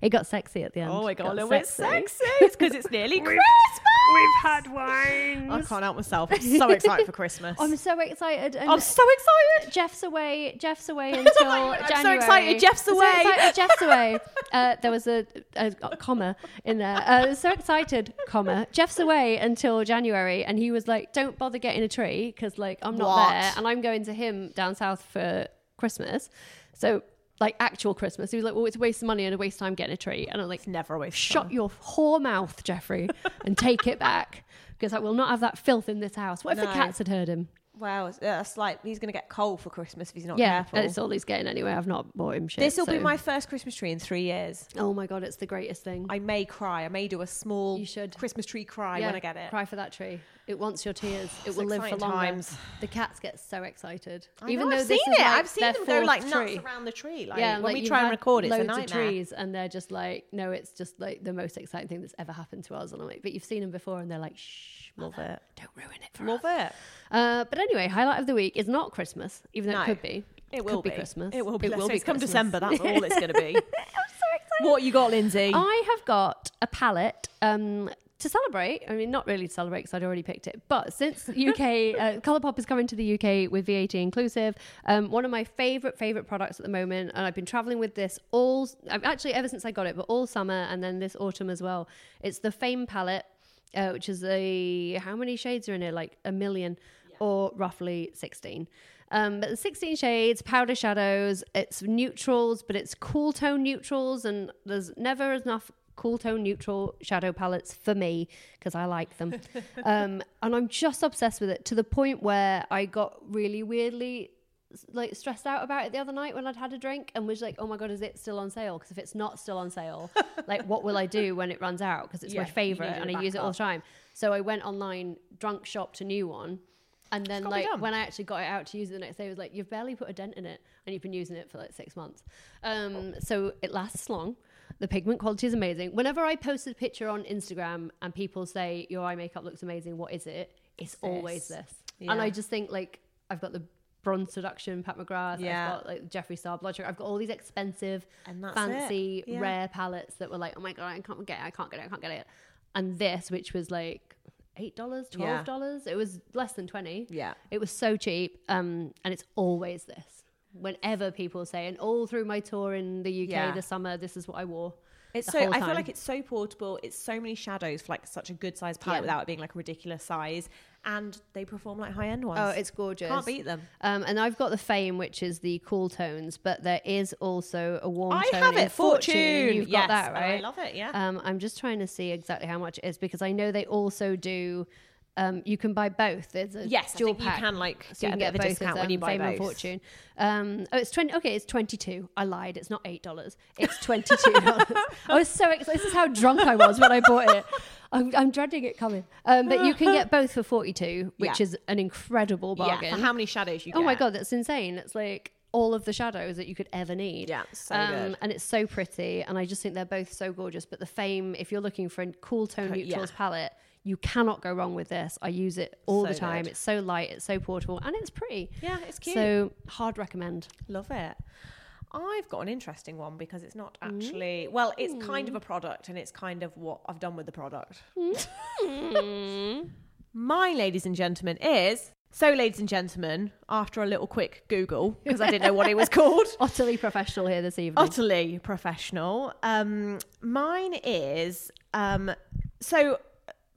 A: It got sexy at the end.
B: Oh, it got, a little bit sexy because it's nearly
A: We've-
B: Christmas.
A: We've had wine.
B: I can't help myself. I'm so excited for Christmas.
A: I'm so excited. And
B: I'm so excited.
A: Jeff's away. Jeff's away until
B: I'm so
A: January.
B: excited Jeff's
A: I'm so
B: away.
A: excited Jeff's away. Uh, there was a, a, a comma in there. Uh, so excited, comma. Jeff's away until January, and he was like, "Don't bother getting a tree because like I'm not
B: What?
A: there, and I'm going to him down south for Christmas." So. Like actual Christmas, he was like, "Well, it's a waste of money and a waste of time getting a tree." And I'm like,
B: Never a waste of
A: Shut
B: time."
A: your whore mouth, Jeffrey, and take it back because I will not have that filth in this house." What if the
B: No.
A: cats had heard him?
B: Wow, it's- uh, it's like he's going to get coal for Christmas if he's not
A: yeah,
B: careful.
A: it's all he's getting anyway. I've not bought him shit.
B: This will be
A: so-
B: my first Christmas tree in three years.
A: Oh my god, it's the greatest thing.
B: I may cry. I may do a small
A: You should.
B: Christmas tree cry
A: Yeah,
B: when I get it.
A: Cry for that tree. It wants your tears. It
B: It's
A: will live for
B: exciting
A: longer.
B: times.
A: The cats get so excited.
B: I know, I've seen it. I've seen
A: their
B: them go like
A: fourth
B: nuts
A: tree.
B: around the tree. Like,
A: yeah,
B: when
A: like
B: we
A: you've
B: try and
A: had
B: record, it's a
A: loads
B: nightmare.
A: of trees, and they're just like, no, it's just like the most exciting thing that's ever happened to us. And I'm like, but you've seen them before, and they're like, shh,
B: Love
A: mother,
B: it.
A: Don't ruin it for
B: Love
A: us.
B: it.
A: Uh, but anyway, highlight of the week is not Christmas, even though it
B: No.
A: could be.
B: It will
A: could be.
B: be.
A: Christmas.
B: It will be.
A: It will
B: So
A: be
B: it's come
A: Christmas.
B: December. That's all it's going to be. I'm so excited. What you got, Lindsay?
A: I have got a palette um, to celebrate. I mean, not really to celebrate because I'd already picked it. But since UK uh, Colourpop is coming to the UK with VAT inclusive, um, one of my favourite favourite products at the moment, and I've been travelling with this all I've actually ever since I got it, but all summer and then this autumn as well. It's the Fame palette, uh, which is a how many shades are in it? Like a million or roughly 16. Um, but the 16 shades, powder shadows, it's neutrals, but it's cool tone neutrals, and there's never enough cool tone neutral shadow palettes for me because I like them. um, and I'm just obsessed with it to the point where I got really weirdly s- like stressed out about it the other night when I'd had a drink and was like, oh my god, is it still on sale? Because if it's not still on sale, like what will I do when it runs out? Because it's
B: Yeah,
A: my
B: you need
A: favorite
B: a
A: and I use it all the time. So I went online, drunk shopped a new one. And then,
B: gotta be
A: like,
B: done.
A: when I actually got it out to use it the next day, it was like, you've barely put a dent in it, and you've been using it for like six months. Um, so it lasts long. The pigment quality is amazing. Whenever I post a picture on Instagram and people say, your eye makeup looks amazing, what is it? It's always this. And I just think, like, I've got the Bronze Seduction, Pat McGrath,
B: Yeah.
A: I've got like Jeffree Star, Bloodshot. I've got all these expensive,
B: And that's it.
A: fancy,
B: Yeah.
A: rare palettes that were like, oh my God, I can't get it, I can't get it, I can't get it. And this, which was like, Eight dollars,
B: Yeah.
A: twelve dollars. It was less than twenty.
B: Yeah.
A: It was so cheap. Um, and it's always this. Whenever people say, and all through my tour in the UK
B: Yeah.
A: this summer, this is what I wore.
B: It's
A: the
B: so.
A: whole
B: I feel
A: time.
B: like it's so portable. It's so many shadows for like such a good size palette
A: Yeah.
B: without it being like a ridiculous size, and they perform like high end ones.
A: Oh, it's gorgeous.
B: Can't beat them.
A: Um, and I've got the fame, which is the cool tones, but there is also a warm
B: I
A: tone.
B: have
A: in
B: it, Fortune.
A: You've
B: Yes,
A: got that,
B: and I
A: right?
B: love it, yeah.
A: Um, I'm just trying to see exactly how much it is because I know they also do. Um, you can buy both. There's a
B: Yes, I
A: dual
B: think you
A: pack,
B: can, like,
A: so you can
B: get a bit
A: get
B: of a
A: both
B: discount
A: them,
B: when you buy
A: fame and
B: both.
A: fortune. Um, oh, it's twenty. Okay, it's twenty-two. I lied. It's not eight dollars. It's twenty-two dollars. I was so excited. This is how drunk I was when I bought it. I'm, I'm dreading it coming. Um, but you can get both for forty-two, which
B: Yeah.
A: is an incredible bargain.
B: Yeah, for how many shadows you
A: Oh
B: get?
A: my god, that's insane. It's like all of the shadows that you could ever need. Um,
B: Yeah, so good.
A: And it's so pretty. And I just think they're both so gorgeous. But the fame, if you're looking for a cool tone neutrals
B: yeah.
A: palette, you cannot go wrong with this. I use it all the
B: So
A: time.
B: good.
A: It's so light, it's so portable, and it's pretty.
B: Yeah, it's cute.
A: So hard recommend.
B: Love it. I've got an interesting one because it's not actually well, it's kind of a product and it's kind of what I've done with the product. Mm. My ladies and gentlemen is so ladies and gentlemen, after a little quick Google, because I didn't know what it was called.
A: Utterly professional here this evening.
B: Utterly professional. Um mine is um so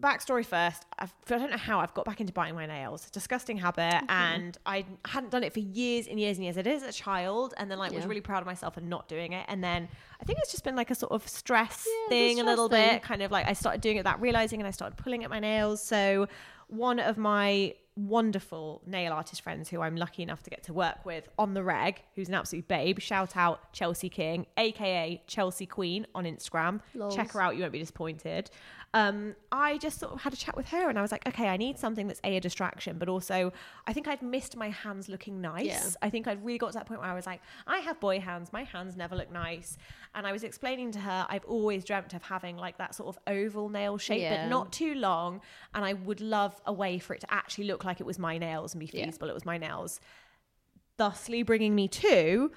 B: backstory first I've, i don't know how i've got back into biting my nails disgusting habit
A: Mm-hmm.
B: and i hadn't done it for years and years and years i did it as a child and then like was
A: Yeah.
B: really proud of myself for not doing it and then i think it's just been like a sort of stress
A: Yeah, it's a
B: thing a,
A: stress
B: little
A: thing.
B: bit kind of like i started doing it without realizing and i started pulling at my nails so one of my wonderful nail artist friends who i'm lucky enough to get to work with on the reg who's an absolute babe shout out chelsea king aka chelsea queen on instagram check her out you won't be disappointed um, i just sort of had a chat with her and i was like okay i need something that's a a distraction but also i think i'd missed my hands looking nice
A: Yeah.
B: I think I'd really got to that point where I was like, I have boy hands, my hands never look nice. And I was explaining to her, I've always dreamt of having like that sort of oval nail shape,
A: Yeah.
B: but not too long. And I would love a way for it to actually look like it was my nails and be
A: Yeah.
B: feasible, it was my nails. Thusly bringing me to.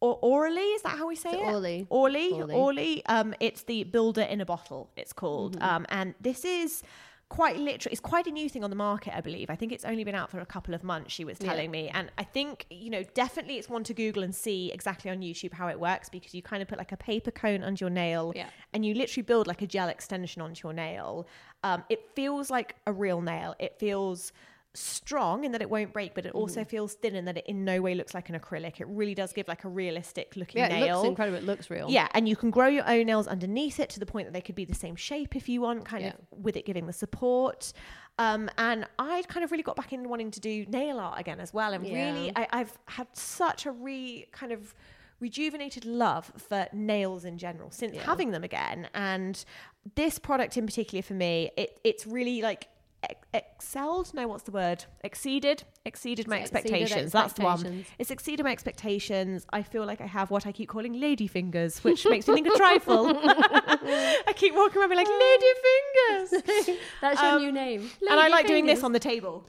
B: Or orally, is that how we say
A: Is it
B: it?
A: Orly?
B: Orly,
A: Orly.
B: Orly. Um, it's the builder in a bottle. It's called.
A: Mm-hmm.
B: Um, and this is quite literally, it's quite a new thing on the market, I believe. I think it's only been out for a couple of months. She was telling me, and I think you know definitely it's one to Google and see exactly on YouTube how it works because you kind of put like a paper cone under your nail,
A: Yeah.
B: and you literally build like a gel extension onto your nail. Um, it feels like a real nail. It feels strong in that it won't break, but it also
A: Mm-hmm.
B: feels thin in that it in no way looks like an acrylic. It really does give like a realistic looking
A: yeah, it
B: nail.
A: looks incredible. It looks real.
B: Yeah, and you can grow your own nails underneath it to the point that they could be the same shape if you want, kind of with it giving the support. Um, and I kind of really got back into wanting to do nail art again as well. And
A: Yeah.
B: really, I, I've had such a re kind of rejuvenated love for nails in general since having them again. And this product in particular for me, it, it's really like ex- excelled no what's the word exceeded exceeded my
A: Exceeded
B: expectations that's the one
A: expectations.
B: it's exceeded my expectations. I feel like I have what I keep calling lady fingers, which makes me think a trifle. I keep walking around being like lady fingers.
A: That's your
B: Um,
A: new name.
B: and I
A: Lady
B: like doing this
A: fingers.
B: on the table.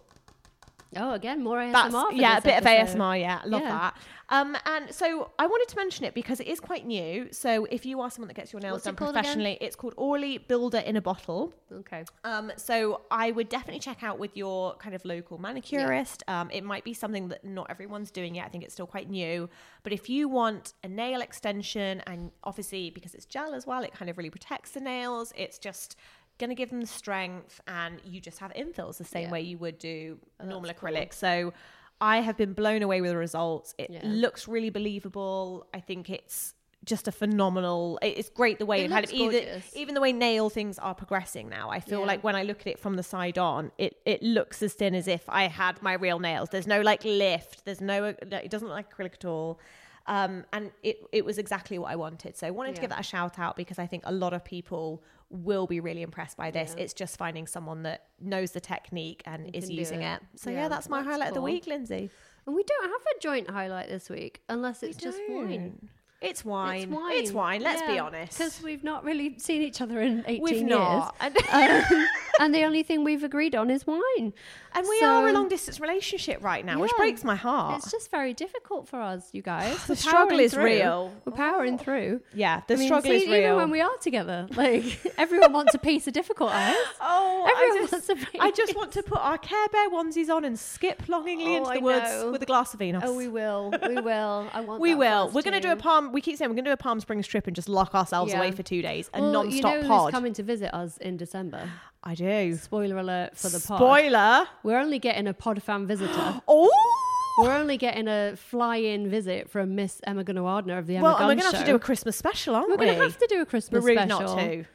A: Oh, again, more ASMR.
B: That's
A: for
B: yeah, a
A: this
B: bit
A: episode.
B: of ASMR. Yeah, love
A: Yeah.
B: that. Um, and so I wanted to mention it because it is quite new. So if you are someone that gets your nails
A: What's it
B: done
A: called again?
B: professionally, it's called Orly Builder in a Bottle.
A: Okay.
B: Um, so I would definitely check out with your kind of local manicurist. Um, it might be something that not everyone's doing yet. I think it's still quite new. But if you want a nail extension, and obviously because it's gel as well, it kind of really protects the nails. It's just going to give them the strength, and you just have infills the same way you would do
A: Oh,
B: normal acrylic. So. I have been blown away with the results. It looks really believable. I think it's just a phenomenal. it- It's great the way
A: It
B: kind of
A: looks
B: either,
A: gorgeous.
B: even the way nail things are progressing now. I feel
A: Yeah.
B: like when I look at it from the side on, it it looks as thin as if I had my real nails. There's no like lift. There's no. It doesn't look like acrylic at all. Um, and it it was exactly what I wanted. So I wanted to give that a shout out because I think a lot of people will be really impressed by this. It's just finding someone that knows the technique and is
A: can do
B: using
A: it.
B: it. So yeah,
A: Yeah,
B: that's my
A: that's
B: highlight of the
A: cool.
B: week, Lindsay.
A: And we don't have a joint highlight this week unless it's just wine.
B: It's wine. It's wine. Let's be honest.
A: Because we've not really seen each other in 18
B: We've
A: years.
B: not. And,
A: Um, and the only thing we've agreed on is wine.
B: and we
A: So-
B: are a long distance relationship right now, which
A: Yeah.
B: breaks my heart.
A: It's just very difficult for us, you guys.
B: The
A: We're
B: struggle
A: powering
B: is
A: through.
B: real. Oh.
A: We're powering through.
B: Yeah, the struggle
A: see,
B: is real.
A: Even when we are together, like everyone wants a piece of difficult ice.
B: Oh,
A: everyone
B: I just,
A: wants a piece.
B: I just want to put our Care Bear onesies on and skip longingly
A: Oh,
B: into
A: I
B: the woods
A: know.
B: with a glass of Enos.
A: Oh, we will. We will. I want.
B: We
A: that for
B: will.
A: us
B: We're going to do
A: too.
B: a palm. We keep saying we're going to do a Palm Springs trip and just lock ourselves
A: Yeah.
B: away for two days and
A: well,
B: non-stop
A: you know
B: pod.
A: Who's coming to visit us in December?
B: I do.
A: Spoiler alert for the pod.
B: Spoiler.
A: We're only getting a pod fan visitor.
B: Oh.
A: We're only getting a fly-in visit from Miss Emma Gunnar Wardner of the Emma
B: Well, and
A: Gunn
B: we're going to have to
A: Show.
B: do a Christmas special, aren't
A: We're
B: we?
A: going to have to do a Christmas
B: We're rude
A: special.
B: not to.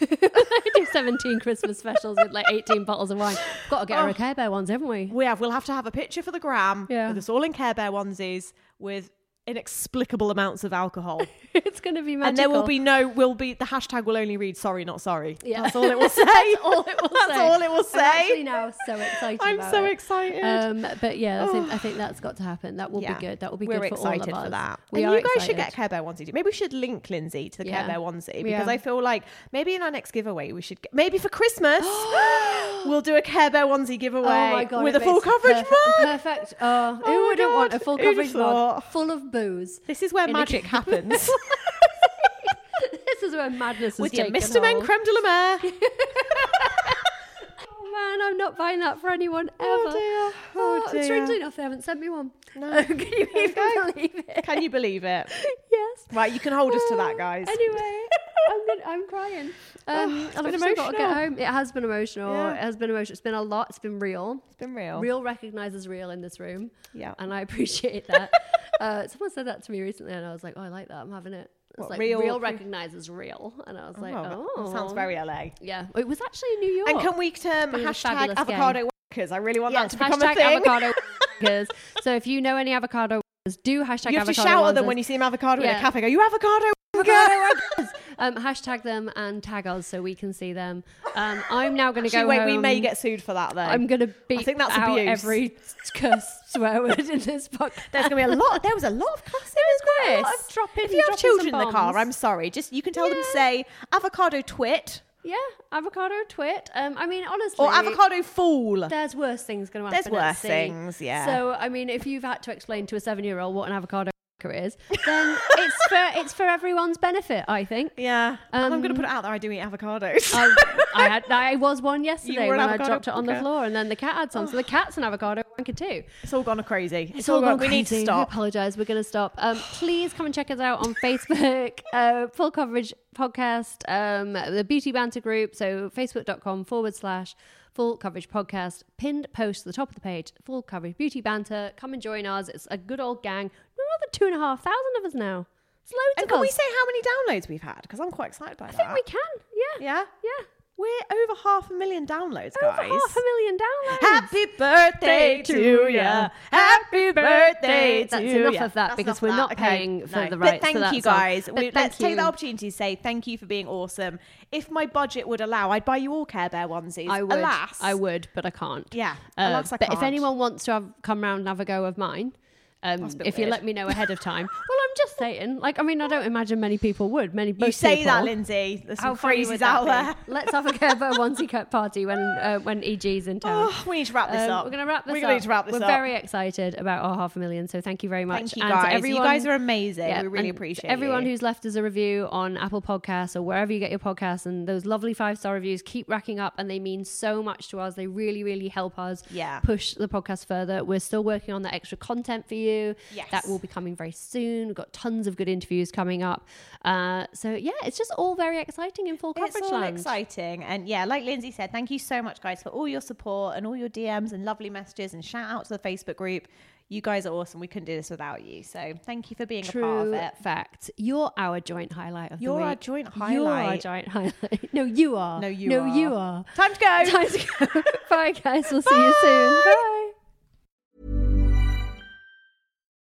A: I do 17 Christmas specials with like 18 bottles of wine. Got to get
B: Oh.
A: our Care Bear ones, haven't we?
B: We have. We'll have to have a picture for the gram
A: Yeah.
B: with us all in Care Bear onesies with inexplicable amounts of alcohol,
A: It's going to be magical.
B: and there will be no. Will be the hashtag will only read sorry not sorry.
A: Yeah.
B: That's all it will say.
A: That's all it will
B: That's
A: say.
B: all it will say.
A: I'm actually now so excited.
B: I'm
A: about
B: so
A: it.
B: excited.
A: Um, but yeah, I think, I think that's got to happen. That will
B: Yeah.
A: be good. That will be
B: We're
A: good for all of
B: excited
A: us.
B: for that.
A: We
B: and
A: are
B: you guys should get
A: excited.
B: Care Bear onesie. too. Maybe we should link Lindsay to the
A: Yeah.
B: Care Bear onesie
A: Yeah.
B: because I feel like maybe in our next giveaway we should get, maybe for Christmas we'll do a Care Bear onesie giveaway
A: Oh my god!
B: with
A: it
B: a full
A: makes
B: coverage
A: perfect,
B: mug.
A: Perfect. Oh,
B: Oh
A: who
B: my
A: wouldn't want a
B: God,
A: full
B: who'd have
A: coverage mug
B: thought?
A: full of booze?
B: This is where
A: in a
B: magic
A: can?
B: happens.
A: this is where madness
B: with
A: is
B: your
A: taken
B: Mr. Men
A: hold.
B: creme de la mer.
A: Oh man, I'm not buying that for anyone ever.
B: Oh, dear. Oh,
A: Oh,
B: dear.
A: strangely enough, they haven't sent me one.
B: No.
A: Oh, Can you
B: we
A: even
B: go.
A: believe it?
B: Can you believe it?
A: yes.
B: Right, you can hold us to that,
A: Oh,
B: guys. Oh,
A: Anyway, I'm, gonna, I'm crying. Um,
B: it's
A: I've
B: been
A: also got to get
B: emotional.
A: home. It has been emotional.
B: Yeah.
A: It has been emotional. It's been a lot. It's been real. It's
B: been real.
A: Real recognizes real in this room.
B: Yeah.
A: And I appreciate that. uh, someone said that to me recently, and I was like, oh, I like that. I'm having it. It's
B: What,
A: like
B: real-
A: real, recognizes real. And I was like,
B: Oh,
A: oh.
B: that sounds very LA.
A: Yeah. It was actually in New York.
B: And can we term
A: been a
B: hashtag
A: fabulous
B: avocado
A: game.
B: workers? I really want
A: Yeah,
B: that to become a
A: hashtag
B: thing.
A: avocado workers. So if you know any avocado workers, do hashtag
B: you have
A: avocado
B: to shout at them
A: workers.
B: when you see them avocado in a
A: Yeah.
B: cafe. Go, you avocado
A: Avocado
B: worker?
A: workers. um, hashtag them and tag us so we can see them. Um, I'm now going to
B: Actually,
A: go.
B: wait, we
A: home.
B: may get sued for that though.
A: I'm going to beat
B: I think that's
A: out
B: abuse.
A: every curse swear word in this podcast.
B: There's gonna be a lot. There was a lot of cussing.
A: There was
B: in
A: quite a lot
B: this.
A: of dropping-
B: If you have
A: dropping
B: children in
A: some
B: the car,
A: bombs.
B: I'm sorry. Just you can tell them to
A: Yeah.
B: say avocado twit
A: Yeah, avocado twit. Um, I mean, honestly,
B: or avocado fool.
A: There's worse things going to
B: There's
A: happen. at
B: worse
A: sea.
B: things, yeah.
A: So I mean, if you've had to explain to a seven-year-old what an avocado is, then it's for it's for everyone's benefit. I think.
B: Yeah, and I'm gonna
A: Um,
B: put it out there. I do eat avocados.
A: I, I had I was one yesterday
B: were an
A: when I
B: avocado
A: dropped it on the
B: wanker.
A: floor, and then the cat had some. So the cat's an avocado wanker too.
B: it's all gone crazy. It's, all gone.
A: gone
B: We need to
A: crazy. We
B: stop.
A: apologise. We're going to stop. Um, please come and check us out on Facebook, uh, Full Coverage Podcast, um, the Beauty Banter Group. So facebook.com forward slash Full Coverage Podcast. Pinned post to the top of the page, Full Coverage Beauty Banter. Come and join us. It's a good old gang. There are over two and a half thousand of us now. It's loads
B: And
A: of
B: can
A: us.
B: we say how many downloads we've had? Because I'm quite excited by
A: I
B: that.
A: think we can. Yeah.
B: Yeah.
A: Yeah.
B: We're over half a million downloads,
A: Over
B: guys.
A: half a million downloads.
B: Happy birthday to ya! Happy birthday to
A: That's enough
B: ya.
A: of that
B: That's
A: because
B: enough
A: we're
B: of
A: not
B: that. Okay,
A: paying for
B: no.
A: the
B: But
A: rights. to
B: thank
A: that
B: you
A: song.
B: guys.
A: But
B: We,
A: thank
B: let's take
A: you.
B: the opportunity to say thank you for being awesome. If my budget would allow, I'd buy you all Care Bear onesies.
A: I would,
B: Alas,
A: I would, but I can't.
B: Yeah,
A: Uh,
B: alas, I
A: but if
B: can't.
A: anyone wants to have, come round and have a go of mine, um,
B: a bit
A: if you
B: weird.
A: let me know ahead of time. well, I'm just saying. Like, I mean, I don't imagine many people would. Many
B: You
A: most
B: say that,
A: people.
B: Lindsay. There's some
A: funny
B: crazies
A: would
B: out
A: that
B: there.
A: be? Let's have a go for a onesie cut party when uh, when EG's in town.
B: Oh, we need to wrap this up.
A: Um, We're going to wrap this
B: We're
A: up.
B: gonna need to wrap this
A: we're
B: up.
A: very excited about our half a million. So thank you very much.
B: Thank you
A: And to
B: guys. You
A: everyone-
B: guys are amazing. We really
A: and
B: appreciate
A: Everyone
B: you.
A: who's left us a review on Apple Podcasts or wherever you get your podcasts and those lovely five star reviews keep racking up and they mean so much to us. They really, really help us
B: Yeah.
A: push the podcast further. We're still working on that extra content for you.
B: Yes.
A: That will be coming very soon. We've got tons of good interviews coming up. Uh, so yeah, it's just all very exciting in full coverage
B: It's all
A: land.
B: exciting. And yeah, like Lindsay said, thank you so much, guys, for all your support and all your DMs and lovely messages and shout out to the Facebook group. You guys are awesome. We couldn't do this without you. So thank you for being a part of it.
A: fact. You're our joint highlight of
B: You're
A: the week.
B: our joint
A: You're our
B: highlight.
A: joint highlight. No, you are.
B: No, you
A: no,
B: are.
A: you are.
B: Time to go.
A: Time to go. Bye, guys. We'll see you soon. Bye.